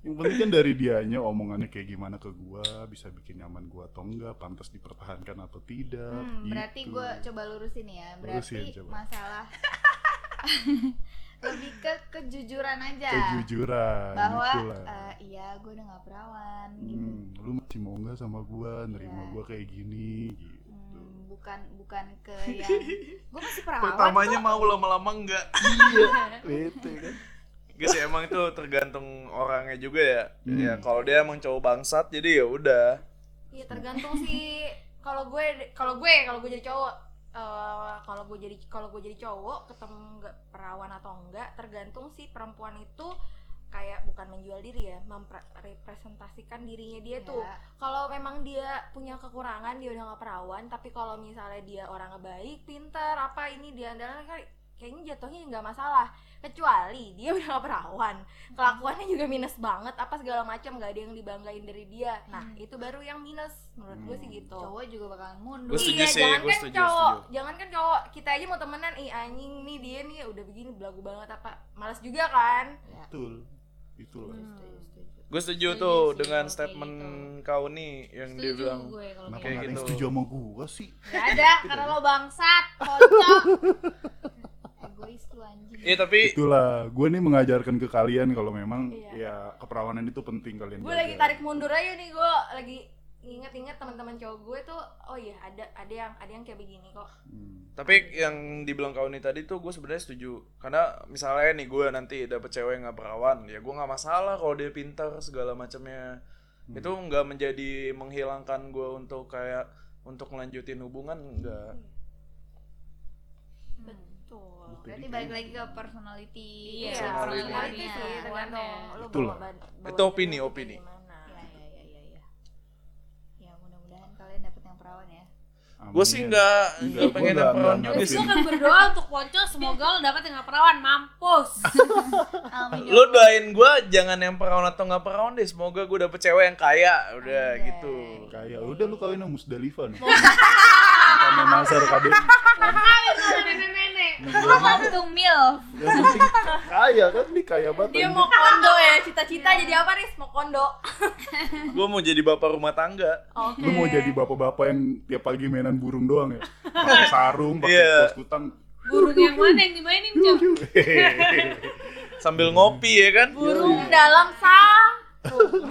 [SPEAKER 1] yang penting kan dari dianya omongannya kayak gimana ke gua bisa bikin nyaman gua atau enggak pantas dipertahankan atau tidak
[SPEAKER 4] Hmm, berarti
[SPEAKER 1] gitu.
[SPEAKER 4] gue coba lurusin ya. Berarti
[SPEAKER 1] Lurusin, coba.
[SPEAKER 4] masalah lebih ke kejujuran aja.
[SPEAKER 1] kejujuran
[SPEAKER 4] ya. Bahwa
[SPEAKER 1] gitu lah.
[SPEAKER 4] eh, iya gue udah gak perawan gitu.
[SPEAKER 1] Hmm, lu masih mau nggak sama gua nerima
[SPEAKER 4] Iya.
[SPEAKER 1] gua kayak gini gitu
[SPEAKER 4] Hmm, bukan bukan ke yang gue masih perawan.
[SPEAKER 2] Pertamanya mau lama-lama enggak. Iya.
[SPEAKER 1] bete kan
[SPEAKER 2] Gak sih emang itu tergantung orangnya juga ya.
[SPEAKER 1] Hmm.
[SPEAKER 2] Ya kalau dia emang cowok bangsat jadi ya udah.
[SPEAKER 5] Iya tergantung sih kalau gue kalau gue kalau gue jadi cowok eh, kalau gue jadi kalau gue jadi cowok ketemu nggak perawan atau enggak tergantung sih perempuan itu kayak bukan menjual diri ya merepresentasikan dirinya
[SPEAKER 4] Iya.
[SPEAKER 5] dia tuh kalau memang dia punya kekurangan dia udah nggak perawan tapi kalau misalnya dia orangnya baik pintar apa ini dia andalan kan kayaknya jatuhnya nggak masalah kecuali dia udah nggak perawan kelakuannya juga minus banget apa segala macam nggak ada yang dibanggain dari dia nah
[SPEAKER 4] Hmm.
[SPEAKER 5] itu baru yang minus menurut gue sih
[SPEAKER 1] Hmm.
[SPEAKER 5] gitu
[SPEAKER 4] Cowok juga bakalan mundur.
[SPEAKER 2] Gua setuju
[SPEAKER 5] iya
[SPEAKER 2] sih,
[SPEAKER 5] jangan
[SPEAKER 2] gua
[SPEAKER 5] kan
[SPEAKER 2] setuju,
[SPEAKER 5] cowok
[SPEAKER 2] setuju.
[SPEAKER 5] jangan kan cowok kita aja mau temenan ih anjing nih dia nih udah begini belagu banget apa malas juga kan
[SPEAKER 1] betul itulah
[SPEAKER 4] Hmm,
[SPEAKER 2] Gue setuju
[SPEAKER 3] Setuju
[SPEAKER 2] tuh
[SPEAKER 3] sih,
[SPEAKER 2] dengan
[SPEAKER 3] kalau kayak
[SPEAKER 2] statement
[SPEAKER 3] gitu.
[SPEAKER 2] kau nih yang dia
[SPEAKER 3] Setuju
[SPEAKER 2] bilang.
[SPEAKER 3] gue kalau
[SPEAKER 1] Kenapa
[SPEAKER 2] Kayak
[SPEAKER 1] nggak ada yang
[SPEAKER 2] gitu.
[SPEAKER 1] setuju sama gua sih?
[SPEAKER 4] Gak ada karena lo bangsat, kocok. Egois lu anjing.
[SPEAKER 2] Iya tapi
[SPEAKER 1] Itulah, gue nih mengajarkan ke kalian kalau memang
[SPEAKER 5] Iya.
[SPEAKER 1] ya keperawanan itu penting kalian.
[SPEAKER 5] gue
[SPEAKER 1] jaga.
[SPEAKER 5] lagi tarik mundur aja nih gue lagi inget-inget teman-teman cowok gue tuh oh iya ada ada yang ada yang kayak begini kok
[SPEAKER 1] Hmm.
[SPEAKER 2] tapi yang dibilang kau nih tadi tuh gue sebenarnya setuju karena misalnya nih gue nanti dapet cewek yang nggak perawan ya gue nggak masalah kalau dia pintar segala macamnya
[SPEAKER 1] Hmm.
[SPEAKER 2] itu nggak menjadi menghilangkan gue untuk kayak untuk melanjutin hubungan enggak
[SPEAKER 5] Hmm. betul
[SPEAKER 4] Berarti balik lagi ke personality.
[SPEAKER 3] Iya,
[SPEAKER 5] iya
[SPEAKER 2] personality.
[SPEAKER 5] personality sih tergantung lu
[SPEAKER 1] Betul
[SPEAKER 5] bawa
[SPEAKER 1] lah.
[SPEAKER 5] bawa- bawa
[SPEAKER 2] Itu opini,
[SPEAKER 5] diri lu
[SPEAKER 2] opini.
[SPEAKER 5] kayak gimana.
[SPEAKER 4] Ya,
[SPEAKER 3] Iya,
[SPEAKER 4] ya, ya, ya, ya. Ya, mudah-mudahan kalian dapet yang perawan ya.
[SPEAKER 1] Amin.
[SPEAKER 2] gue sih nggak
[SPEAKER 1] Iya,
[SPEAKER 2] nggak
[SPEAKER 1] gua
[SPEAKER 2] pengen
[SPEAKER 1] nggak-
[SPEAKER 2] yang perawan
[SPEAKER 1] nggak
[SPEAKER 2] juga
[SPEAKER 1] ngerti.
[SPEAKER 2] sih
[SPEAKER 3] Gue kan berdoa untuk Ponco semoga lo dapet yang gak perawan, mampus.
[SPEAKER 4] Amin.
[SPEAKER 2] lu doain gue jangan yang perawan atau nggak perawan deh semoga gue dapet cewek yang kaya udah
[SPEAKER 4] Anjay.
[SPEAKER 2] gitu
[SPEAKER 1] Kayak "Ya udah lu kawin sama Musdalifah nih. Sama Masar kadang.
[SPEAKER 3] Nenek-nenek.
[SPEAKER 4] Lu mantung mil.
[SPEAKER 1] Yang penting kaya kan nih kaya banget.
[SPEAKER 5] dia
[SPEAKER 1] anjing.
[SPEAKER 5] mau kondo ya cita-cita jadi apa nih mau kondo
[SPEAKER 2] gue mau jadi bapak rumah tangga
[SPEAKER 5] oke
[SPEAKER 1] Lu mau jadi bapak-bapak yang tiap pagi mainan burung doang ya? Pakai sarung, pakai
[SPEAKER 2] Iya.
[SPEAKER 1] kaos kutang.
[SPEAKER 3] Burung yang mana yang dimainin, Cok?
[SPEAKER 2] sambil ngopi ya kan
[SPEAKER 5] burung
[SPEAKER 1] Iya.
[SPEAKER 5] dalam sang
[SPEAKER 4] Burung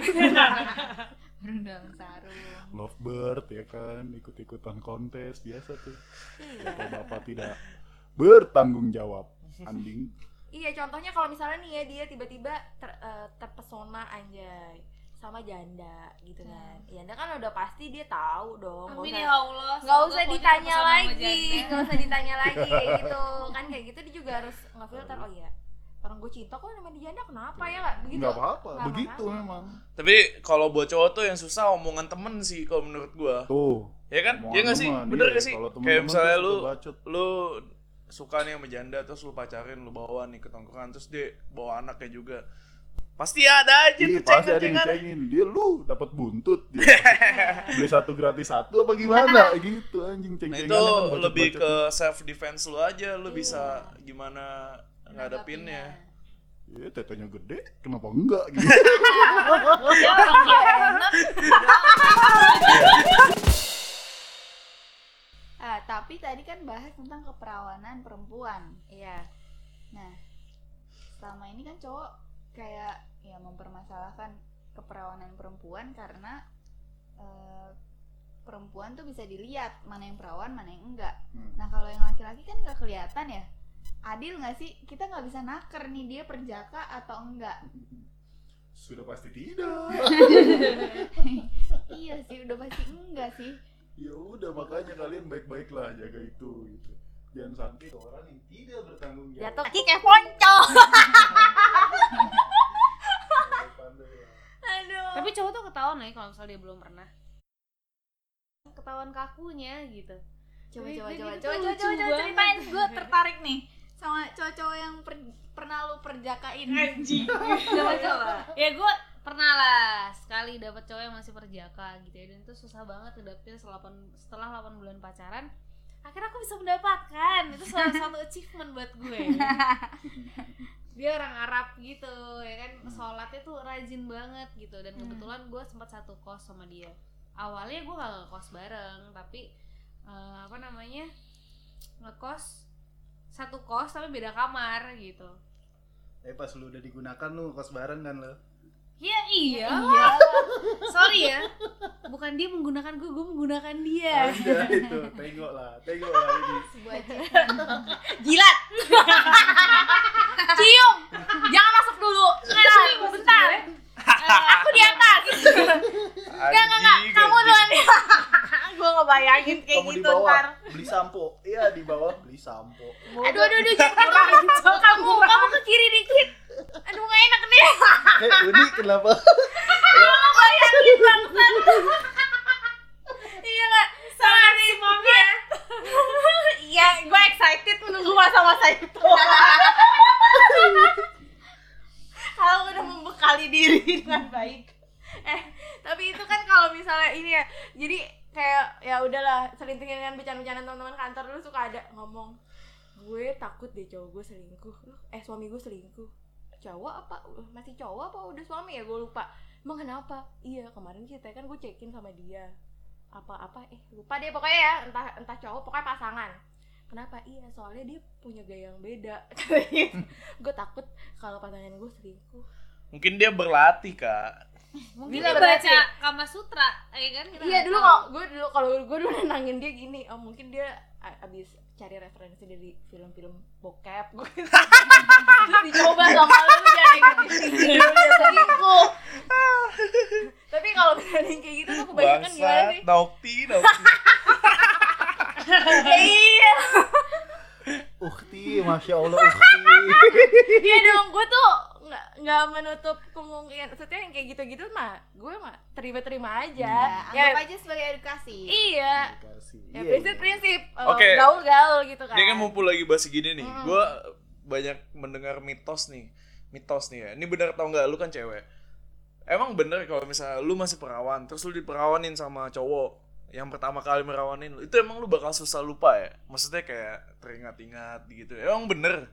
[SPEAKER 4] dalam sarung.
[SPEAKER 1] Lovebird ya kan, ikut-ikutan kontes biasa tuh. Bapak-bapak tidak bertanggung jawab. Anjing.
[SPEAKER 5] iya contohnya kalau misalnya nih ya dia tiba-tiba ter- eh, terpesona anjay sama janda gitu kan janda kan udah pasti dia tahu dong nggak
[SPEAKER 3] Amin
[SPEAKER 5] usah-
[SPEAKER 3] ya Allah.
[SPEAKER 5] nggak
[SPEAKER 3] semoga
[SPEAKER 5] usah
[SPEAKER 3] Ponco
[SPEAKER 5] ditanya
[SPEAKER 3] terpesona sama
[SPEAKER 5] lagi
[SPEAKER 3] janda.
[SPEAKER 5] nggak usah ditanya lagi kayak gitu kan kayak gitu dia juga harus ngefilter oh iya orang gue cinta kok sama dia janda kenapa ya nggak begitu
[SPEAKER 1] Enggak apa-apa,
[SPEAKER 5] Nggak
[SPEAKER 1] begitu
[SPEAKER 5] apa-apa.
[SPEAKER 1] memang.
[SPEAKER 2] Tapi kalau buat cowok tuh yang susah omongan temen sih kalau menurut gua.
[SPEAKER 1] Tuh.
[SPEAKER 2] Ya kan?
[SPEAKER 1] omongan
[SPEAKER 2] Iya gak sih?
[SPEAKER 1] teman,
[SPEAKER 2] Bener
[SPEAKER 1] iya.
[SPEAKER 2] gak sih?
[SPEAKER 1] Kalau teman-teman
[SPEAKER 2] Kayak misalnya
[SPEAKER 1] tuh
[SPEAKER 2] lu
[SPEAKER 1] suka bacot.
[SPEAKER 2] lu suka nih sama janda terus lu pacarin lu bawa nih ke tongkrongan terus dia bawa anaknya juga. Pasti ada aja
[SPEAKER 1] Iya,
[SPEAKER 2] tuh
[SPEAKER 1] pasti ada yang
[SPEAKER 2] cengan-cengan.
[SPEAKER 1] dicengin. Dia lu dapat buntut. Dia dapat- beli satu gratis satu apa gimana? Gitu anjing ceng
[SPEAKER 2] Nah itu lebih ke self defense lu aja,
[SPEAKER 5] Iya.
[SPEAKER 2] lu bisa gimana ngadepinnya.
[SPEAKER 1] Ya, tetenya gede, kenapa enggak gitu.
[SPEAKER 4] Ah, tapi tadi kan bahas tentang keperawanan perempuan.
[SPEAKER 5] iya
[SPEAKER 4] Nah, selama ini kan cowok kayak ya mempermasalahkan keperawanan perempuan karena eh, perempuan tuh bisa dilihat mana yang perawan, mana yang enggak.
[SPEAKER 1] Hmm.
[SPEAKER 4] Nah, kalau yang laki-laki kan nggak kelihatan ya. Adil nggak sih? Kita nggak bisa naker nih dia perjaka atau enggak.
[SPEAKER 1] Sudah pasti tidak.
[SPEAKER 4] iya sih, udah pasti enggak sih.
[SPEAKER 1] Ya udah makanya kalian baik-baiklah jaga itu gitu. Jangan sampai ke orang yang tidak bertanggung jawab.
[SPEAKER 5] jatuh kaki kayak ponco
[SPEAKER 1] Pandai-pandailah.
[SPEAKER 5] aduh
[SPEAKER 3] ya Tapi cowok tuh ketahuan lagi kalau misalnya dia belum pernah. Ketahuan kakunya gitu
[SPEAKER 4] Coba
[SPEAKER 3] Gue-
[SPEAKER 4] coba
[SPEAKER 3] gue
[SPEAKER 4] coba coba
[SPEAKER 3] gitu
[SPEAKER 4] coba
[SPEAKER 3] tuh lucu
[SPEAKER 4] coba
[SPEAKER 3] banget.
[SPEAKER 4] ceritain gue tertarik nih sama cowok-cowok yang per- pernah lu perjakain. Anjing. coba coba.
[SPEAKER 3] ya gue pernah lah sekali dapet cowok yang masih perjaka gitu ya dan itu susah banget didapetnya setelah 8, setelah 8 bulan pacaran akhirnya aku bisa mendapatkan itu salah satu achievement buat gue dia orang Arab gitu ya kan sholatnya tuh rajin banget gitu dan
[SPEAKER 4] Hmm.
[SPEAKER 3] kebetulan gue sempat satu kos sama dia awalnya gue gak ngekos bareng tapi eh, apa namanya ngekos satu kos tapi beda kamar gitu
[SPEAKER 1] Eh pas lu udah digunakan lu kos bareng kan lu.
[SPEAKER 3] ya iya
[SPEAKER 4] Iya.
[SPEAKER 3] sorry ya bukan dia menggunakan gue gue menggunakan dia
[SPEAKER 1] Ada itu, tengok lah, tengok lah ini.
[SPEAKER 4] Sebuah cinta.
[SPEAKER 3] jilat cium jangan masuk dulu nggak cium bentar Eh, aku di atas
[SPEAKER 1] Iya, Enggak enggak
[SPEAKER 3] kamu duluan
[SPEAKER 1] gitu.
[SPEAKER 5] gue ngebayangin kayak
[SPEAKER 1] Kamu di
[SPEAKER 5] gitu
[SPEAKER 1] bawah
[SPEAKER 5] ntar
[SPEAKER 1] beli sampo. Iya di bawah beli sampo.
[SPEAKER 3] aduh aduh aduh jangan kamu kamu kamu ke kiri dikit aduh nggak enak nih
[SPEAKER 1] Eh Udi kenapa?
[SPEAKER 3] iya nggak sama si mami ya
[SPEAKER 5] iya gue excited menunggu masa-masa itu kalau udah membekali diri dengan baik eh tapi itu kan kalau misalnya ini ya jadi kayak ya udahlah selintingin dengan bercanda-bercandaan teman-teman kantor lu suka ada ngomong gue takut deh cowok gue selingkuh Lu, eh suami gue selingkuh cowok apa masih cowok apa udah suami ya gue lupa emang kenapa iya kemarin kita kan gue cekin sama dia apa-apa eh lupa deh pokoknya ya entah entah cowok pokoknya pasangan kenapa iya soalnya dia punya gaya yang beda gue takut kalau pasangan gue selingkuh
[SPEAKER 2] Mungkin dia berlatih, Kak.
[SPEAKER 3] mungkin
[SPEAKER 5] Gila,
[SPEAKER 3] dia
[SPEAKER 5] berarti.
[SPEAKER 3] baca kama sutra ya kan Kita
[SPEAKER 5] iya
[SPEAKER 3] nggak
[SPEAKER 5] dulu
[SPEAKER 3] tahu.
[SPEAKER 5] kalau gue dulu kalau gue dulu nenangin dia gini oh mungkin dia a- abis cari referensi dari film-film bokep gue terus dicoba sama lu jadi selingkuh tapi kalau misalnya yang kayak gitu tuh kebanyakan gimana sih
[SPEAKER 2] Bangsat, Nokti, Nokti.
[SPEAKER 5] Ya iya
[SPEAKER 1] Ukti, masya Allah Ukti.
[SPEAKER 5] Iya dong, gue tuh nggak nggak menutup kemungkinan. Maksudnya yang kayak gitu-gitu mah, gue mah terima-terima aja.
[SPEAKER 4] Ya,
[SPEAKER 5] Ya,
[SPEAKER 4] anggap aja sebagai edukasi.
[SPEAKER 5] iya.
[SPEAKER 1] Kasih.
[SPEAKER 5] Ya,
[SPEAKER 1] Iya, iya.
[SPEAKER 5] prinsip-prinsip eh,
[SPEAKER 2] Oke.
[SPEAKER 5] gaul-gaul gitu kan.
[SPEAKER 2] Dia kan mumpul lagi bahas gini nih.
[SPEAKER 5] Mm.
[SPEAKER 2] Gue banyak mendengar mitos nih. Mitos nih ya. Ini benar tau nggak? Lu kan cewek. Emang bener kalau misalnya lu masih perawan, terus lu diperawanin sama cowok yang pertama kali merawanin lu, itu emang lu bakal susah lupa ya? Maksudnya kayak teringat-ingat gitu. Emang bener?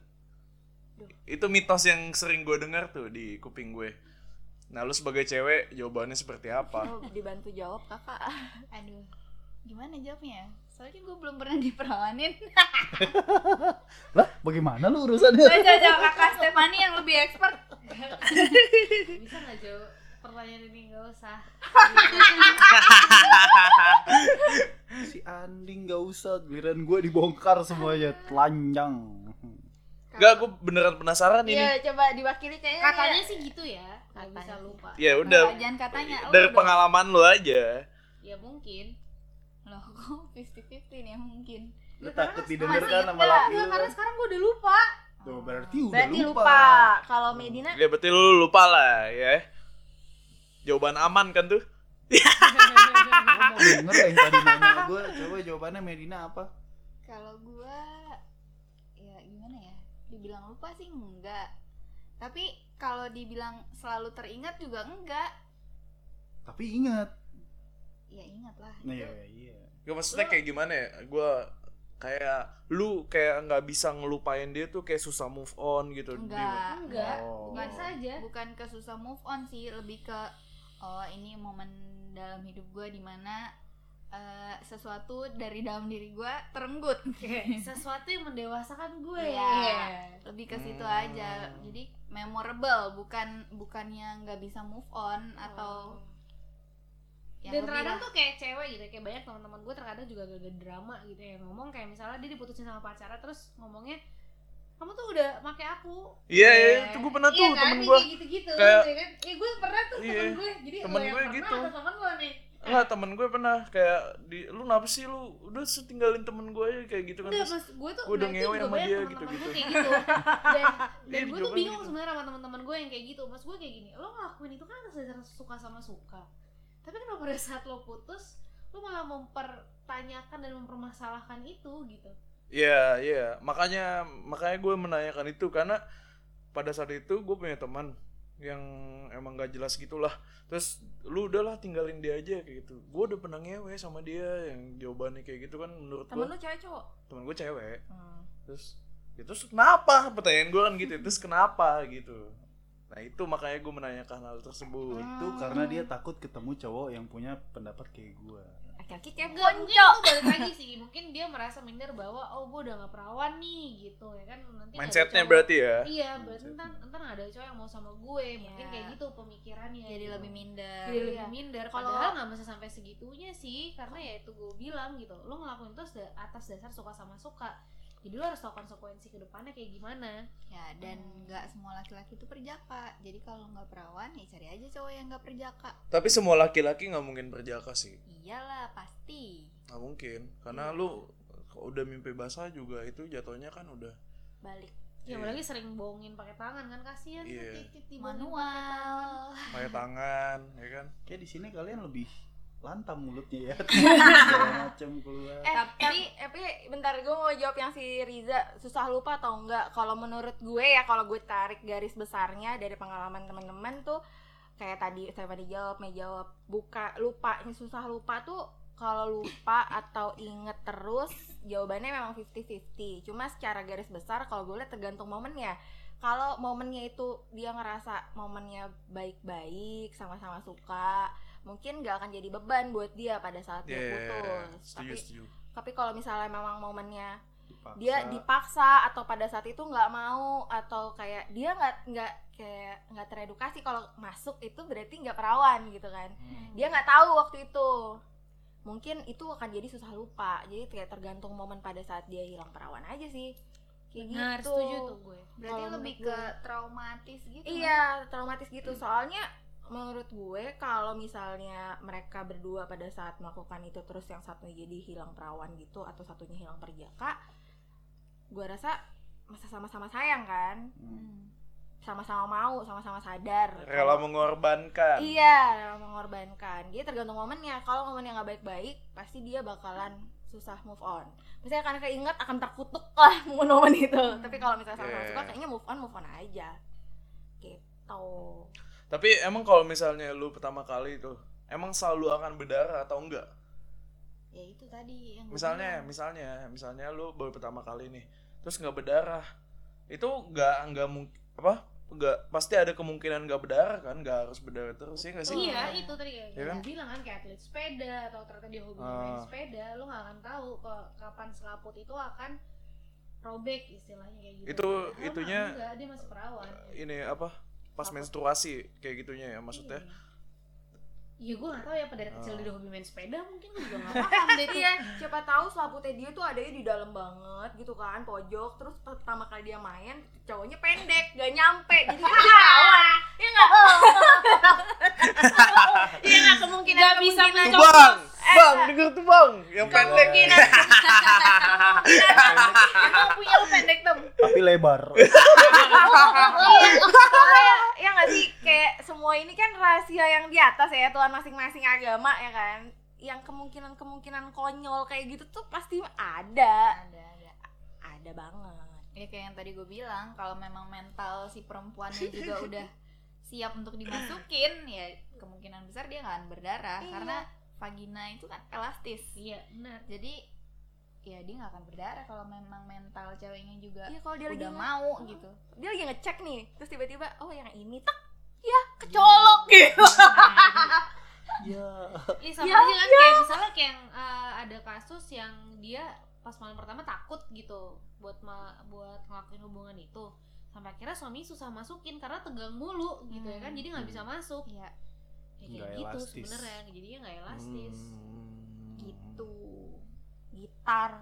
[SPEAKER 2] Itu mitos yang sering gue dengar tuh di kuping gue. Nah, lu sebagai cewek jawabannya seperti apa?
[SPEAKER 5] Lu Oh, dibantu jawab kakak.
[SPEAKER 4] Aduh. Gimana jawabnya? Soalnya gue belum pernah diperawanin.
[SPEAKER 1] Lah bagaimana lu urusannya?
[SPEAKER 4] Coba coba kakak Stefani yang lebih expert.
[SPEAKER 3] bisa nggak jauh pertanyaan ini nggak usah
[SPEAKER 1] Si Anding gak usah, giliran gue dibongkar semuanya telanjang.
[SPEAKER 2] Gak, gue beneran penasaran ini.
[SPEAKER 5] Oh, Iya, coba diwakili kayaknya.
[SPEAKER 3] katanya sih gitu ya nggak bisa
[SPEAKER 5] Katanya.
[SPEAKER 3] lupa
[SPEAKER 2] Ya udah,
[SPEAKER 4] Jangan katanya.
[SPEAKER 5] Oh,
[SPEAKER 4] lu
[SPEAKER 2] dari
[SPEAKER 4] dong.
[SPEAKER 2] pengalaman lu aja.
[SPEAKER 3] ya mungkin
[SPEAKER 4] Loh, kok 50-50 nih mungkin.
[SPEAKER 1] Lu takut
[SPEAKER 4] masih
[SPEAKER 1] didengarkan sama
[SPEAKER 4] ingat.
[SPEAKER 1] kan laki
[SPEAKER 3] Enggak,
[SPEAKER 1] lu.
[SPEAKER 3] karena sekarang gue udah lupa
[SPEAKER 1] Tuh, berarti udah
[SPEAKER 5] Berarti
[SPEAKER 1] lupa.
[SPEAKER 5] lupa. Kalau Medina
[SPEAKER 2] Ya berarti lu lupa lah ya. Jawaban aman kan tuh?
[SPEAKER 1] Gua mau denger yang tadi nanya gue, coba jawabannya Medina apa?
[SPEAKER 4] Kalau gua ya gimana ya? Dibilang lupa sih enggak. Tapi kalau dibilang selalu teringat juga enggak.
[SPEAKER 1] Tapi ingat.
[SPEAKER 4] Ya ingat lah.
[SPEAKER 1] Nah,
[SPEAKER 4] itu.
[SPEAKER 1] iya, iya.
[SPEAKER 2] Ya maksudnya kayak gimana ya? Gua kayak lu kayak nggak bisa ngelupain dia tuh kayak susah move on gitu. Di-
[SPEAKER 4] Enggak.
[SPEAKER 3] enggak
[SPEAKER 1] Oh.
[SPEAKER 3] biasa
[SPEAKER 5] Iya.
[SPEAKER 3] aja
[SPEAKER 4] bukan ke susah move on sih lebih ke oh ini momen dalam hidup gue dimana eh, sesuatu dari dalam diri gue terenggut
[SPEAKER 3] sesuatu yang mendewasakan gue ya.
[SPEAKER 4] Iya. lebih ke situ
[SPEAKER 2] Hmm.
[SPEAKER 4] aja jadi memorable bukan bukannya nggak bisa move on
[SPEAKER 5] Oh.
[SPEAKER 4] atau yang
[SPEAKER 3] Oh. dan
[SPEAKER 4] lebih
[SPEAKER 3] terkadang
[SPEAKER 4] lah.
[SPEAKER 3] tuh kayak cewek gitu kayak banyak teman-teman gue terkadang juga agak drama gitu ya ngomong kayak misalnya dia diputusin sama pacarnya terus ngomongnya kamu tuh udah make aku
[SPEAKER 2] Iya, iya,
[SPEAKER 3] Iya.
[SPEAKER 2] itu gue pernah tuh
[SPEAKER 3] iya kan
[SPEAKER 2] temen
[SPEAKER 3] Kayak
[SPEAKER 2] gue.
[SPEAKER 3] gitu-gitu
[SPEAKER 2] Kayak-
[SPEAKER 3] ya kan eh gue pernah tuh
[SPEAKER 2] Iya.
[SPEAKER 3] temen gue jadi
[SPEAKER 2] Temen
[SPEAKER 3] lo yang
[SPEAKER 2] gue
[SPEAKER 3] pernah
[SPEAKER 2] gitu.
[SPEAKER 3] atau temen lo nih
[SPEAKER 2] Enggak, temen gue pernah kayak di lu kenapa sih lu udah sih tinggalin temen gue aja kayak gitu kan.
[SPEAKER 3] Enggak,
[SPEAKER 2] Terus,
[SPEAKER 3] mas, gue tuh
[SPEAKER 2] Gua udah
[SPEAKER 3] nah, itu
[SPEAKER 2] ngewe
[SPEAKER 3] juga
[SPEAKER 2] sama
[SPEAKER 3] banyak
[SPEAKER 2] dia,
[SPEAKER 3] teman-teman
[SPEAKER 2] gitu-gitu.
[SPEAKER 3] Gue kayak gitu. Dan, dan
[SPEAKER 2] Iya,
[SPEAKER 3] gue tuh
[SPEAKER 2] jawabannya
[SPEAKER 3] bingung
[SPEAKER 2] gitu.
[SPEAKER 3] sebenarnya sama teman-teman gue yang kayak gitu. Mas gue kayak gini, lo ngelakuin itu kan atas dasar suka sama suka. Tapi kenapa pada saat lo putus, lu malah mempertanyakan dan mempermasalahkan itu gitu
[SPEAKER 2] Iya, iya. Makanya makanya gue menanyakan itu karena pada saat itu gue punya teman yang emang gak jelas gitulah. Terus lu udahlah tinggalin dia aja kayak gitu. Gue udah pernah ngewe sama dia yang jawabannya kayak gitu kan menurut
[SPEAKER 5] Temen lu
[SPEAKER 2] gue.
[SPEAKER 5] cewek cowok?
[SPEAKER 2] Temen gue cewek.
[SPEAKER 5] Hmm.
[SPEAKER 2] Terus ya terus kenapa? Pertanyaan gue kan gitu. Terus kenapa gitu. Nah, itu makanya gue menanyakan hal
[SPEAKER 5] Iya,
[SPEAKER 2] tersebut.
[SPEAKER 1] itu karena dia takut ketemu cowok yang punya pendapat kayak gua
[SPEAKER 6] Eh,
[SPEAKER 5] Laki-laki kayak
[SPEAKER 3] Enggak, mungkin
[SPEAKER 5] konco.
[SPEAKER 3] itu balik lagi sih mungkin dia merasa minder bahwa oh gue udah gak perawan nih gitu ya kan nanti nggak ada
[SPEAKER 2] Mindsetnya
[SPEAKER 3] cowok-
[SPEAKER 2] berarti ya.
[SPEAKER 3] iya berarti
[SPEAKER 1] Mindsetnya.
[SPEAKER 3] ntar ntar nggak ada cowok yang mau sama gue mungkin
[SPEAKER 5] Iya.
[SPEAKER 3] kayak gitu pemikirannya
[SPEAKER 6] jadi
[SPEAKER 3] gitu.
[SPEAKER 6] lebih minder
[SPEAKER 3] jadi
[SPEAKER 5] Iya.
[SPEAKER 3] lebih minder
[SPEAKER 5] Kalau-
[SPEAKER 3] padahal nggak bisa sampai segitunya sih karena ya itu gue bilang gitu lo ngelakuin itu se- atas dasar suka sama suka jadi lo harus tahu konsekuensi kedepannya kayak gimana
[SPEAKER 4] ya dan nggak semua laki-laki itu perjaka jadi kalau nggak perawan ya cari aja cowok yang nggak perjaka
[SPEAKER 2] Tapi semua laki-laki nggak mungkin berjaka sih.
[SPEAKER 4] iyalah pasti
[SPEAKER 2] Nggak mungkin. Karena lu kalau udah mimpi basah juga itu jatuhnya kan udah
[SPEAKER 5] Balik.
[SPEAKER 3] ya
[SPEAKER 2] Iya.
[SPEAKER 3] apalagi sering bohongin pakai tangan kan kasihan tuh
[SPEAKER 2] Iya.
[SPEAKER 3] titit dibohongin
[SPEAKER 4] manual
[SPEAKER 2] pakai tangan ya kan
[SPEAKER 1] kayak di sini kalian lebih lantam mulutnya ya segala macam keluar
[SPEAKER 5] Eh, tapi tapi bentar gue mau jawab yang si Riza susah lupa atau enggak? Kalau menurut gue ya kalau gue tarik garis besarnya dari pengalaman teman-teman tuh kayak tadi saya pada jawab, Mei jawab buka lupa ini susah lupa tuh kalau lupa atau inget terus jawabannya memang 50-50 cuma secara garis besar kalau gue lihat tergantung momennya kalau momennya itu dia ngerasa momennya baik-baik sama-sama suka mungkin nggak akan jadi beban buat dia pada saat dia
[SPEAKER 2] Iya,
[SPEAKER 5] putus
[SPEAKER 2] setuju
[SPEAKER 5] tapi
[SPEAKER 2] setuju
[SPEAKER 5] tapi kalau misalnya memang momennya
[SPEAKER 1] dipaksa.
[SPEAKER 5] dia dipaksa atau pada saat itu nggak mau atau kayak dia nggak nggak kayak nggak teredukasi kalau masuk itu berarti nggak perawan gitu kan dia nggak tahu waktu itu mungkin itu akan jadi susah lupa jadi kayak tergantung momen pada saat dia hilang perawan aja sih kayak
[SPEAKER 3] benar
[SPEAKER 5] gitu
[SPEAKER 3] Nah, setuju tuh gue
[SPEAKER 4] berarti
[SPEAKER 5] Kalau
[SPEAKER 4] lebih
[SPEAKER 5] menurut
[SPEAKER 4] ke
[SPEAKER 5] gue-
[SPEAKER 4] traumatis gitu
[SPEAKER 5] Iya, traumatis gitu. Soalnya menurut gue kalau misalnya mereka berdua pada saat melakukan itu terus yang satunya jadi hilang perawan gitu atau satunya hilang perjaka, gue rasa masa sama-sama sayang kan,
[SPEAKER 4] Hmm.
[SPEAKER 5] sama-sama mau, sama-sama sadar.
[SPEAKER 2] rela
[SPEAKER 5] Kalau-
[SPEAKER 2] mengorbankan
[SPEAKER 5] Iya, rela mengorbankan. Jadi tergantung momennya. Kalau momennya nggak baik-baik, pasti dia bakalan susah move on. Misalnya akan keinget akan terkutuk lah momen-momen itu. Tapi kalau misalnya sama-sama
[SPEAKER 2] Yeah.
[SPEAKER 5] suka, kayaknya move on, move on aja. Gitu.
[SPEAKER 2] tapi emang kalau misalnya lu pertama kali itu emang selalu akan berdarah atau enggak
[SPEAKER 4] ya itu tadi yang gua
[SPEAKER 2] misalnya
[SPEAKER 4] bilang.
[SPEAKER 2] misalnya misalnya lu baru pertama kali nih terus nggak berdarah itu nggak nggak mungkin apa nggak pasti ada kemungkinan nggak berdarah kan nggak harus berdarah terus ya nggak sih
[SPEAKER 3] Iya itu tadi kayak
[SPEAKER 2] Iya kan?
[SPEAKER 3] gue bilang kan kayak atlet sepeda atau ternyata dia hobi
[SPEAKER 2] Ah.
[SPEAKER 3] main sepeda, lu gak akan tahu kok kapan selaput itu akan robek istilahnya kayak gitu.
[SPEAKER 2] Itu-
[SPEAKER 3] Padahal mah
[SPEAKER 2] itunya-
[SPEAKER 3] enggak, dia masih perawan.
[SPEAKER 2] ini apa pas
[SPEAKER 3] Apa?
[SPEAKER 2] menstruasi kayak gitunya ya maksudnya
[SPEAKER 3] Iya. Ya gue gak tau ya pada kecil
[SPEAKER 2] Ah.
[SPEAKER 3] dia udah hobi main sepeda mungkin gue juga gak paham deh itu.
[SPEAKER 5] iya siapa tahu selaputnya dia tuh adanya di dalam banget gitu kan pojok terus pertama kali dia main cowoknya pendek gak nyampe jadi dia
[SPEAKER 3] Iya
[SPEAKER 5] ketawa ya nggak ya nggak kemungkinan
[SPEAKER 3] Nggak bisa
[SPEAKER 5] kemungkinan.
[SPEAKER 2] tuh bang
[SPEAKER 5] Eh,
[SPEAKER 2] bang denger tuh bang yang
[SPEAKER 1] Nggak
[SPEAKER 2] pendek
[SPEAKER 1] mungkin.
[SPEAKER 5] emang punya lu pendek tem
[SPEAKER 1] tapi lebar
[SPEAKER 5] Soalnya, ya nggak sih kayak semua ini kan rahasia yang di atas ya Tuhan masing-masing agama ya kan yang kemungkinan kemungkinan konyol kayak gitu tuh pasti ada
[SPEAKER 4] ada ada
[SPEAKER 5] ada banget
[SPEAKER 4] ya kayak yang tadi gue bilang kalau memang mental si perempuannya juga udah siap untuk dimasukin ya kemungkinan besar dia nggak akan berdarah
[SPEAKER 5] Iya.
[SPEAKER 4] karena vagina itu kan elastis
[SPEAKER 3] Iya benar.
[SPEAKER 4] jadi ya dia nggak akan berdarah kalau memang mental ceweknya juga
[SPEAKER 5] Iya kalau dia lagi
[SPEAKER 4] udah
[SPEAKER 5] nge-
[SPEAKER 4] mau gitu
[SPEAKER 5] dia lagi ngecek nih terus tiba-tiba oh yang ini tak ya kecolok
[SPEAKER 2] Iya.
[SPEAKER 5] gitu
[SPEAKER 1] ya
[SPEAKER 3] Iya sama
[SPEAKER 5] Ya,
[SPEAKER 3] aja kan kayak misalnya kayak yang, eh, ada kasus yang dia pas malam pertama takut gitu buat ma- buat ngelakuin hubungan itu sampai akhirnya suami susah masukin karena tegang mulu gitu ya kan jadi nggak bisa masuk
[SPEAKER 4] Iya.
[SPEAKER 3] ya,
[SPEAKER 1] Nggak
[SPEAKER 3] kayak gitu
[SPEAKER 1] elastis.
[SPEAKER 3] sebenarnya jadinya nggak elastis
[SPEAKER 5] gitu gitar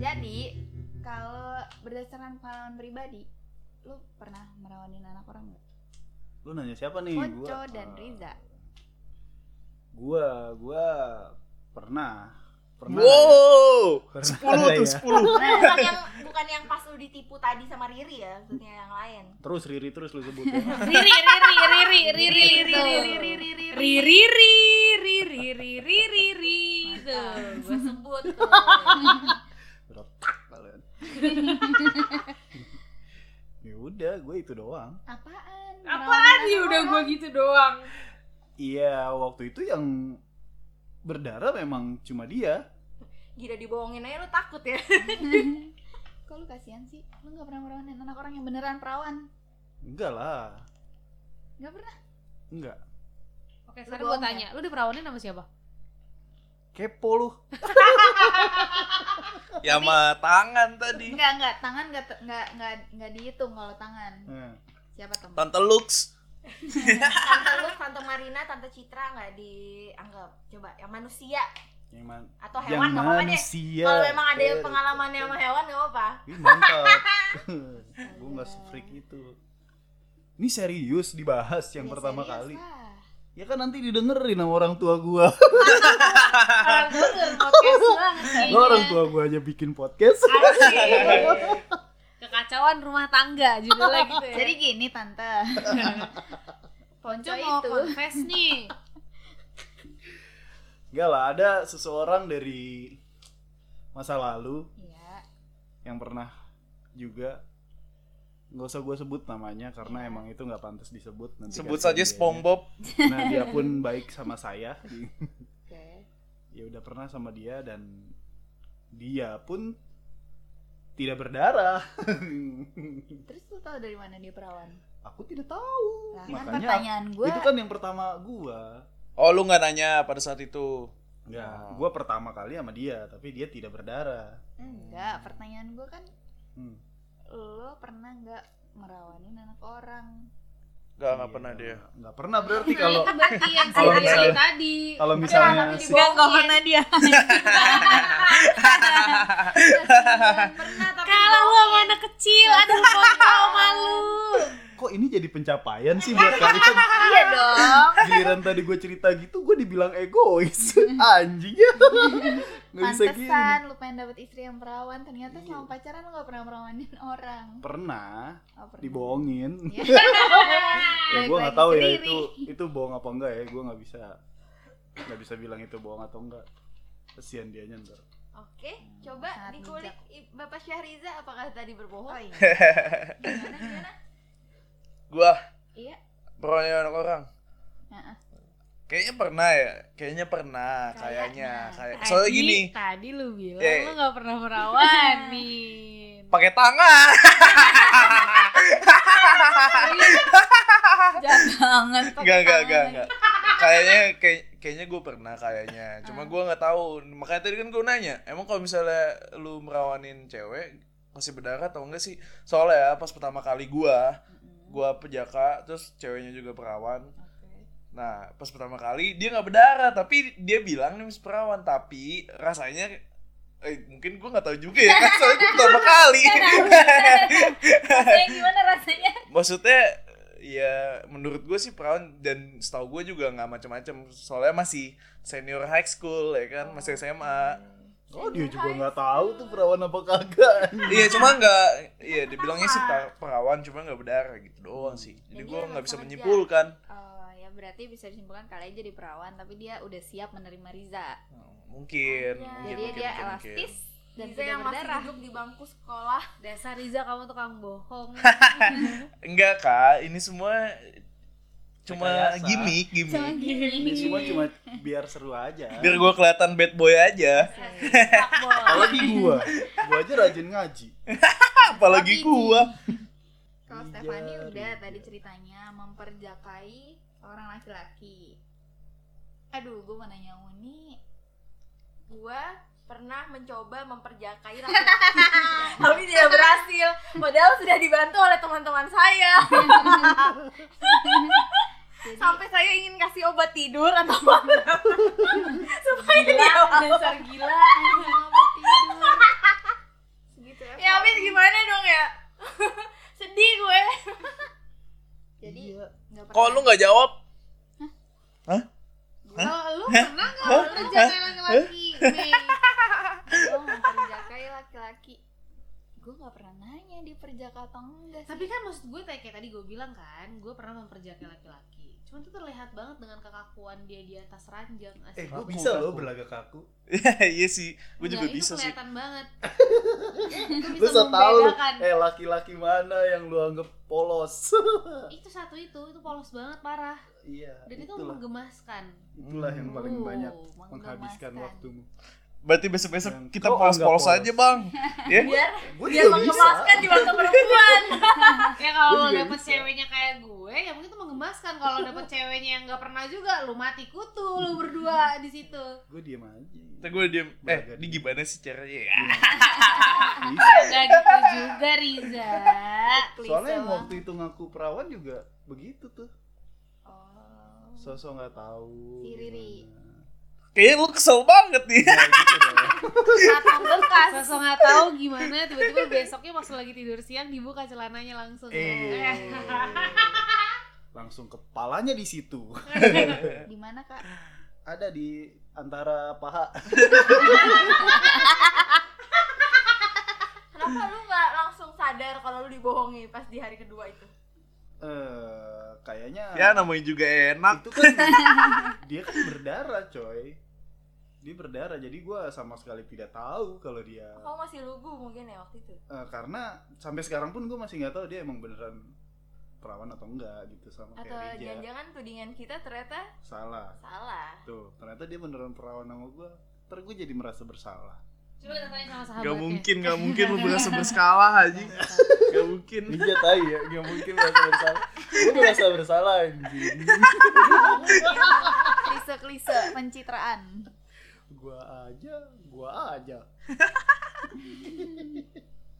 [SPEAKER 4] jadi kalau berdasarkan pengalaman pribadi lu pernah merawanin anak orang nggak
[SPEAKER 1] lu nanya siapa nih
[SPEAKER 4] Ponco
[SPEAKER 1] Gua-
[SPEAKER 4] dan
[SPEAKER 1] ah.
[SPEAKER 4] Riza
[SPEAKER 1] gua gua pernah Pernah nggak ya?
[SPEAKER 2] Wow,
[SPEAKER 1] Pernah
[SPEAKER 2] sepuluh
[SPEAKER 1] ya?
[SPEAKER 2] tuh sepuluh.
[SPEAKER 5] Nah, bukan yang bukan yang pas lu ditipu tadi sama Riri ya, maksudnya yang lain.
[SPEAKER 1] ya? Terus Riri terus lu sebut ya.
[SPEAKER 3] Riri riri riri riri riri riri riri riri riri riri riri riri riri tuh gue sebut tuh
[SPEAKER 1] Berotak kalian. ya udah, gue itu doang.
[SPEAKER 4] Apaan?
[SPEAKER 3] apaan
[SPEAKER 4] Iya,
[SPEAKER 3] sih udah gue gitu doang
[SPEAKER 1] Iya, waktu itu yang berdarah memang cuma dia.
[SPEAKER 5] Gila dibohongin aja lu takut ya.
[SPEAKER 4] Kok lu kasihan sih? Lu gak pernah merawanin anak orang yang beneran perawan?
[SPEAKER 1] Enggak lah.
[SPEAKER 4] Gak pernah?
[SPEAKER 1] Enggak.
[SPEAKER 3] oke sekarang gue tanya lu ya? udah perawanin sama siapa
[SPEAKER 1] Kepo lu.
[SPEAKER 2] Ya sama tangan tadi.
[SPEAKER 4] Enggak, enggak. Tangan gak, te- gak, gak, gak dihitung kalau tangan.
[SPEAKER 1] Nah,
[SPEAKER 4] Siapa teman?
[SPEAKER 2] Tante Lux.
[SPEAKER 5] Tante lu, Tante Marina, Tante Citra nggak dianggap. Coba yang manusia
[SPEAKER 1] yang, man-
[SPEAKER 5] atau
[SPEAKER 1] yang
[SPEAKER 5] hewan nggak apa-apa deh.
[SPEAKER 1] manusia. Iya,
[SPEAKER 5] Kalau memang ada yang pengalamannya sama hewan nggak apa-apa.
[SPEAKER 1] Ih, mantap. gue nggak freak itu. Ini serius dibahas yang
[SPEAKER 4] Ya,
[SPEAKER 5] Iya,
[SPEAKER 1] pertama
[SPEAKER 4] serius
[SPEAKER 1] kali.
[SPEAKER 4] lah.
[SPEAKER 1] Ya kan nanti didengerin sama orang tua gua.
[SPEAKER 3] orang tua tuh podcast banget
[SPEAKER 1] Lo orang tua gua aja bikin podcast.
[SPEAKER 3] kekacauan rumah tangga judulnya gitu ya
[SPEAKER 4] Jadi gini tante,
[SPEAKER 3] Ponco
[SPEAKER 4] Ponco
[SPEAKER 3] mau
[SPEAKER 4] itu.
[SPEAKER 3] confess nih
[SPEAKER 1] Enggak lah, ada seseorang dari masa lalu
[SPEAKER 4] Iya.
[SPEAKER 1] yang pernah juga nggak usah gua sebut namanya karena emang itu nggak pantas disebut nanti
[SPEAKER 2] Sebut
[SPEAKER 1] kasihan
[SPEAKER 2] saja
[SPEAKER 1] dianya.
[SPEAKER 2] SpongeBob.
[SPEAKER 1] nah dia pun baik sama saya
[SPEAKER 4] Oke.
[SPEAKER 1] ya udah pernah sama dia dan dia pun tidak berdarah
[SPEAKER 4] Terus lu tahu dari mana dia perawan?
[SPEAKER 1] aku tidak tahu
[SPEAKER 4] Lah, kan
[SPEAKER 1] makanya
[SPEAKER 4] pertanyaan gue.
[SPEAKER 1] itu kan yang pertama gua
[SPEAKER 2] Oh lu nggak nanya pada saat itu.
[SPEAKER 1] nggak
[SPEAKER 2] Oh.
[SPEAKER 1] gua pertama kali sama dia tapi dia tidak berdarah
[SPEAKER 4] Enggak, pertanyaan gue kan
[SPEAKER 1] Hmm.
[SPEAKER 4] lo pernah nggak merawanin anak orang?
[SPEAKER 2] Gak nggak
[SPEAKER 1] Iya,
[SPEAKER 2] pernah dia.
[SPEAKER 1] nggak pernah berarti
[SPEAKER 3] nah
[SPEAKER 1] kalau
[SPEAKER 3] itu berarti yang si
[SPEAKER 1] kalau
[SPEAKER 3] Riri
[SPEAKER 1] misalnya-
[SPEAKER 3] tadi
[SPEAKER 1] kalau misalnya si-
[SPEAKER 5] Enggak, enggak
[SPEAKER 4] pernah dia.
[SPEAKER 5] Pernah tapi
[SPEAKER 3] kalah lu sama anak kecil aduh Ponco malu
[SPEAKER 1] kok ini jadi pencapaian sih buat kalian
[SPEAKER 4] iya dong.
[SPEAKER 1] giliran tadi gue cerita gitu gue dibilang egois anjing ya nggak bisa gini Iya.
[SPEAKER 4] Pantesan lu pengen dapet istri yang perawan, ternyata selama pacaran lu gak pernah merawanin orang.
[SPEAKER 1] pernah
[SPEAKER 4] Oh, pernah.
[SPEAKER 1] dibohongin
[SPEAKER 4] Iya.
[SPEAKER 1] ya
[SPEAKER 4] Balik
[SPEAKER 1] gue nggak
[SPEAKER 4] lagi
[SPEAKER 1] tahu
[SPEAKER 4] ke
[SPEAKER 1] ya
[SPEAKER 4] diri.
[SPEAKER 1] itu itu bohong apa enggak ya gue nggak bisa nggak bisa bilang itu bohong atau enggak kesian dianya ntar
[SPEAKER 5] Oke, coba
[SPEAKER 4] Sangat
[SPEAKER 5] dikulik I- Bapak Syahriza apakah tadi berbohong? Gimana gimana?
[SPEAKER 2] Gua.
[SPEAKER 4] Iya.
[SPEAKER 2] Pernah anak orang.
[SPEAKER 4] Heeh.
[SPEAKER 2] Kayaknya pernah ya. Kayaknya pernah. Kayaknya. Kayak. Soalnya
[SPEAKER 3] Tadi-
[SPEAKER 2] gini.
[SPEAKER 3] tadi lu bilang
[SPEAKER 2] Eh.
[SPEAKER 3] lu gak pernah merawanin
[SPEAKER 2] Pakai tangan.
[SPEAKER 4] Jahat banget. pakai
[SPEAKER 2] Enggak, enggak, enggak,
[SPEAKER 4] tangan
[SPEAKER 2] enggak. Kayaknya kayak- kayaknya gue pernah kayaknya.
[SPEAKER 3] Ah.
[SPEAKER 2] Cuma gue nggak tahu. Makanya tadi kan gue nanya, emang kalau misalnya lu merawanin cewek masih berdarah atau enggak sih? Soalnya ya, pas pertama kali gue, gue pejaka, terus ceweknya juga perawan. Nah, pas pertama kali dia nggak berdarah, tapi dia bilang nih masih perawan, tapi rasanya eh, mungkin gue nggak tahu juga ya kan soalnya gue pertama kali
[SPEAKER 4] Rasanya gimana rasanya?
[SPEAKER 2] maksudnya ya menurut gue sih perawan dan setahu gue juga nggak macam-macam soalnya masih senior high school ya kan masih SMA
[SPEAKER 1] oh dia juga
[SPEAKER 3] Iya,
[SPEAKER 1] nggak tahu tuh perawan apa kagak
[SPEAKER 2] iya cuma nggak iya dibilangnya sih ta- perawan cuma nggak berdarah gitu doang sih jadi
[SPEAKER 5] Dan
[SPEAKER 2] gue
[SPEAKER 5] dia
[SPEAKER 2] nggak bisa
[SPEAKER 5] kerja.
[SPEAKER 2] menyimpulkan
[SPEAKER 4] Oh, ya berarti bisa disimpulkan kalian jadi perawan tapi dia udah siap menerima Riza.
[SPEAKER 2] mungkin
[SPEAKER 5] Iya,
[SPEAKER 2] mungkin
[SPEAKER 4] Jadi
[SPEAKER 2] mungkin,
[SPEAKER 4] dia
[SPEAKER 2] mungkin, mungkin.
[SPEAKER 4] elastis dan
[SPEAKER 5] Riza
[SPEAKER 4] tidak
[SPEAKER 5] yang masih
[SPEAKER 4] berdarah.
[SPEAKER 5] duduk di bangku sekolah.
[SPEAKER 3] dasar Riza kamu tukang bohong
[SPEAKER 2] enggak kak ini semua cuma
[SPEAKER 1] Rekayasa.
[SPEAKER 2] gimmick gimmick
[SPEAKER 1] Iya, ini cuma cuma biar seru aja
[SPEAKER 2] biar gue kelihatan bad boy aja
[SPEAKER 1] apalagi gue gue aja rajin ngaji
[SPEAKER 2] apalagi gue
[SPEAKER 4] Kalau
[SPEAKER 1] Iya,
[SPEAKER 4] Stefani udah
[SPEAKER 1] iya.
[SPEAKER 4] tadi ceritanya memperjakai orang laki-laki. Aduh, gue mau nanya Uni.
[SPEAKER 5] Gua pernah mencoba memperjakai laki-laki tapi tidak berhasil padahal sudah dibantu oleh teman-teman saya
[SPEAKER 4] Jadi,
[SPEAKER 5] sampai saya ingin kasih obat tidur atau apa supaya dia mau.
[SPEAKER 4] dasar gila anjing obat tidur. Segitu ya.
[SPEAKER 5] ya habis gimana dong ya sedih gue
[SPEAKER 4] Jadi enggak
[SPEAKER 2] kok lu nggak jawab
[SPEAKER 3] Kalau lu pernah nggak lu jangan laki-laki? Mei?
[SPEAKER 4] enggak sih?
[SPEAKER 3] Tapi kan maksud gue kayak, kayak tadi gue bilang kan, gue pernah memperjaga laki-laki. Cuman tuh terlihat banget dengan kekakuan dia di atas ranjang. asli.
[SPEAKER 1] Eh, gue
[SPEAKER 3] Enggak,
[SPEAKER 1] bisa loh
[SPEAKER 8] kaku.
[SPEAKER 1] berlagak kaku.
[SPEAKER 8] Iya sih, gue juga
[SPEAKER 3] itu
[SPEAKER 8] bisa sih.
[SPEAKER 3] kelihatan banget.
[SPEAKER 1] Lu so tau lu,
[SPEAKER 3] membedakan.
[SPEAKER 1] eh laki-laki mana yang lu anggap polos?
[SPEAKER 3] Itu satu itu, itu polos banget parah.
[SPEAKER 1] Iya,
[SPEAKER 3] Dan itu
[SPEAKER 1] itulah.
[SPEAKER 3] menggemaskan.
[SPEAKER 1] Itulah yang paling
[SPEAKER 3] Uh,
[SPEAKER 1] banyak
[SPEAKER 4] Menggemaskan.
[SPEAKER 1] menghabiskan waktumu.
[SPEAKER 8] Berarti besok-besok
[SPEAKER 1] Yang
[SPEAKER 8] kita
[SPEAKER 1] kau
[SPEAKER 8] polos-polos
[SPEAKER 1] anggap polos.
[SPEAKER 8] aja bang. Ya?
[SPEAKER 5] biar
[SPEAKER 1] Gue
[SPEAKER 5] biar
[SPEAKER 3] Iya,
[SPEAKER 5] mengemaskan Kan di mata perempuan
[SPEAKER 3] Ya kalau
[SPEAKER 1] Gue juga
[SPEAKER 3] dapet
[SPEAKER 1] bisa.
[SPEAKER 3] ceweknya kayak gue, ya mungkin itu menggemaskan. Kalau dapet ceweknya yang nggak pernah juga, lu mati kutu lu berdua di situ.
[SPEAKER 1] Gue diem aja.
[SPEAKER 8] Ntar gue diem, eh
[SPEAKER 1] Beragam.
[SPEAKER 8] ini gimana sih caranya ya?
[SPEAKER 1] Diem. Bisa.
[SPEAKER 3] Gak gitu juga Riza.
[SPEAKER 1] Soalnya yang
[SPEAKER 4] Klise
[SPEAKER 1] waktu itu ngaku perawan juga begitu tuh.
[SPEAKER 4] Oh.
[SPEAKER 1] Sosok nggak tahu.
[SPEAKER 4] Si Riri.
[SPEAKER 1] gimana.
[SPEAKER 8] Kayaknya lu kesel banget nih.
[SPEAKER 1] Ya, gitu dong.
[SPEAKER 4] Tatang bekas.
[SPEAKER 3] Sosok nggak tahu gimana, tiba-tiba besoknya pas lagi tidur siang dibuka celananya langsung.
[SPEAKER 1] Eh. Langsung kepalanya di situ.
[SPEAKER 4] Di mana kak?
[SPEAKER 1] Ada di antara paha.
[SPEAKER 5] kenapa lu nggak langsung sadar kalau lu dibohongi pas di hari kedua itu
[SPEAKER 1] Eh, kayaknya
[SPEAKER 8] Ya namanya juga enak.
[SPEAKER 1] itu kan dia kan berdarah, coy. Dia berdarah, jadi gua sama sekali tidak tahu kalau dia
[SPEAKER 5] kamu masih lugu mungkin ya waktu itu
[SPEAKER 1] Eh, karena sampai sekarang pun gue masih nggak tahu dia emang beneran perawan atau enggak gitu sama
[SPEAKER 5] atau
[SPEAKER 1] kayak Rija.
[SPEAKER 5] jangan-jangan tudingan kita ternyata
[SPEAKER 1] Salah.
[SPEAKER 5] salah
[SPEAKER 1] Tuh, ternyata dia beneran perawan sama gue. Ntar gue jadi merasa bersalah.
[SPEAKER 3] Coba kita tanya sama sahabatnya.
[SPEAKER 8] Gak mungkin, gak mungkin lu berasa berskalah aja. Gak mungkin.
[SPEAKER 1] Ninja tai ya, gak mungkin merasa bersalah. Gue merasa bersalah anjing.
[SPEAKER 4] Klise klise pencitraan.
[SPEAKER 1] Gua aja, gua aja.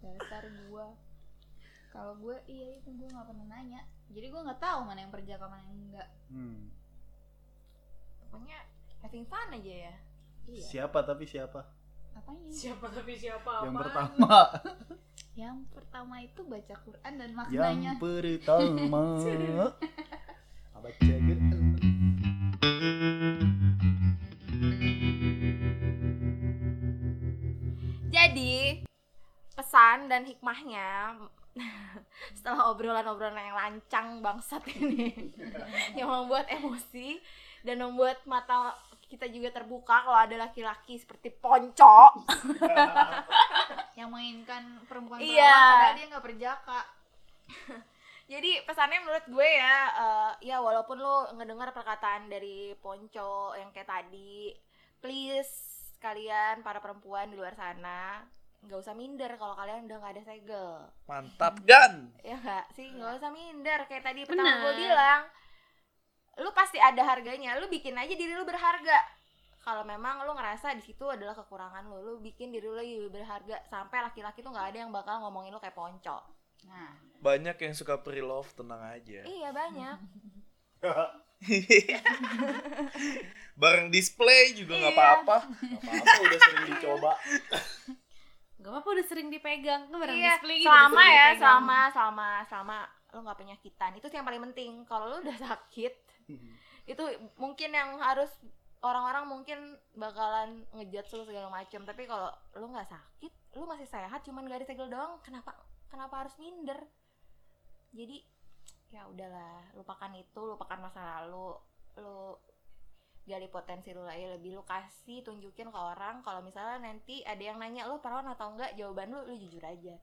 [SPEAKER 4] Dasar gua. Kalau gua iya itu gua nggak pernah nanya. Jadi gua nggak tahu mana yang perjaka mana yang enggak.
[SPEAKER 1] Hmm.
[SPEAKER 5] pokoknya having fun aja ya
[SPEAKER 1] Siapa tapi siapa?
[SPEAKER 4] Apanya?
[SPEAKER 6] Siapa tapi siapa?
[SPEAKER 1] Yang
[SPEAKER 6] apaan?
[SPEAKER 1] pertama.
[SPEAKER 4] Yang pertama itu baca Quran dan
[SPEAKER 1] Yang
[SPEAKER 4] maknanya.
[SPEAKER 1] pertama. Apa ceger?
[SPEAKER 5] Jadi pesan dan hikmahnya setelah obrolan-obrolan yang lancang bangsat ini yang membuat emosi dan membuat mata kita juga terbuka kalau ada laki-laki seperti ponco
[SPEAKER 4] Yang mainkan perempuan perawan
[SPEAKER 5] Iya.
[SPEAKER 4] padahal dia nggak perjaka.
[SPEAKER 5] jadi pesannya menurut gue ya eh, ya walaupun lo ngedengar perkataan dari ponco yang kayak tadi please kalian para perempuan di luar sana nggak usah minder kalau kalian udah nggak ada segel
[SPEAKER 8] Mantap gan.
[SPEAKER 5] ya nggak sih nggak usah minder kayak tadi pertama gue
[SPEAKER 3] Benar.
[SPEAKER 5] bilang lu pasti ada harganya lu bikin aja diri lu berharga kalau memang lu ngerasa di situ adalah kekurangan lu lu bikin diri lu lebih berharga sampai laki-laki tuh nggak ada yang bakal ngomongin lu kayak ponco
[SPEAKER 4] Nah,
[SPEAKER 2] Banyak yang suka pre love, tenang aja.
[SPEAKER 5] iya banyak
[SPEAKER 8] Bareng display juga nggak
[SPEAKER 5] Iya.
[SPEAKER 8] apa-apa.
[SPEAKER 1] Apa-apa udah sering dicoba.
[SPEAKER 3] Gak apa-apa udah sering dipegang. Kan barang
[SPEAKER 5] iya
[SPEAKER 3] display gitu,
[SPEAKER 5] selama
[SPEAKER 3] udah sering
[SPEAKER 5] ya
[SPEAKER 3] dipegang.
[SPEAKER 5] selama selama selama lu nggak penyakitan itu sih yang paling penting kalau lu udah sakit itu mungkin yang harus orang-orang mungkin bakalan ngejat lu segala macem tapi kalau lu nggak sakit lu masih sehat cuman gak ada segel doang kenapa kenapa harus minder jadi ya udahlah lupakan itu lupakan masa lalu lu gali potensi lu lagi lebih lu kasih tunjukin ke orang kalau misalnya nanti ada yang nanya lu perawan atau enggak jawaban lu lu jujur aja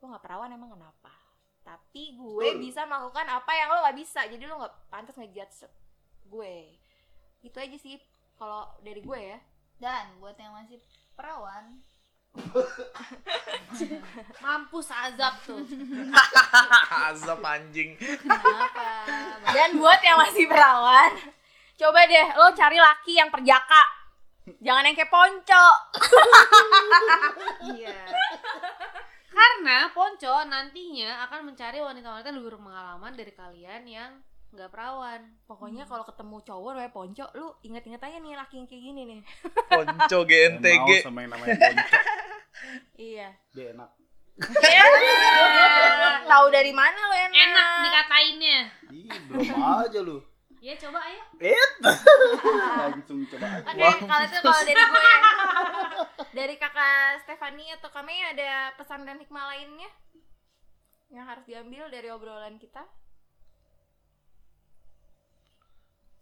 [SPEAKER 5] lu nggak perawan emang kenapa tapi gue bisa melakukan apa yang lo nggak bisa jadi lo nggak pantas ngejudge gue gitu aja sih kalau dari gue ya
[SPEAKER 4] dan buat yang masih perawan,
[SPEAKER 3] Mampus azab tuh.
[SPEAKER 8] Azab anjing.
[SPEAKER 4] kenapa?
[SPEAKER 5] dan buat yang masih perawan coba deh lo cari laki yang perjaka jangan yang kayak ponco
[SPEAKER 4] iya.
[SPEAKER 3] Karena Ponco nantinya akan mencari wanita-wanita yang lebih berpengalaman dari kalian yang nggak perawan.
[SPEAKER 5] pokoknya kalau ketemu cowok namanya ponco lu inget-inget aja nih laki yang kayak gini nih
[SPEAKER 8] Ponco
[SPEAKER 1] Mau
[SPEAKER 8] GNTG.
[SPEAKER 1] sama yang namanya boncok.
[SPEAKER 5] iya
[SPEAKER 1] Dia enak.
[SPEAKER 5] tahu dari mana lo enak,
[SPEAKER 3] Enak dikatainnya.
[SPEAKER 1] Ih, belum aja lu.
[SPEAKER 3] Ya coba ayo.
[SPEAKER 1] Langsung coba aja.
[SPEAKER 5] Oke, kalau itu kalau dari gue ya. dari kakak Stefani atau kami ada pesan dan hikmah lainnya? yang harus diambil dari obrolan kita?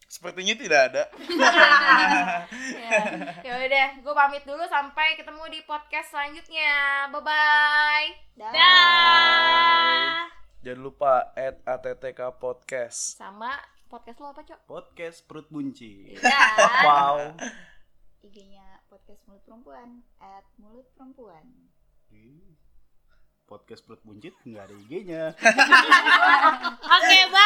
[SPEAKER 2] Sepertinya tidak ada.
[SPEAKER 5] ya ya udah, gue pamit dulu sampai ketemu di podcast selanjutnya. Bye bye.
[SPEAKER 4] Dah.
[SPEAKER 5] Dah.
[SPEAKER 2] Jangan lupa add ATTK Podcast.
[SPEAKER 5] Sama podcast lo apa, Cok? Ya,
[SPEAKER 1] Podcast perut bunci.
[SPEAKER 5] Dah.
[SPEAKER 1] Wow.
[SPEAKER 4] IG-nya podcast mulut perempuan at mulut perempuan.
[SPEAKER 1] Podcast perut buncit nggak ada IG-nya.
[SPEAKER 3] Oke, bye.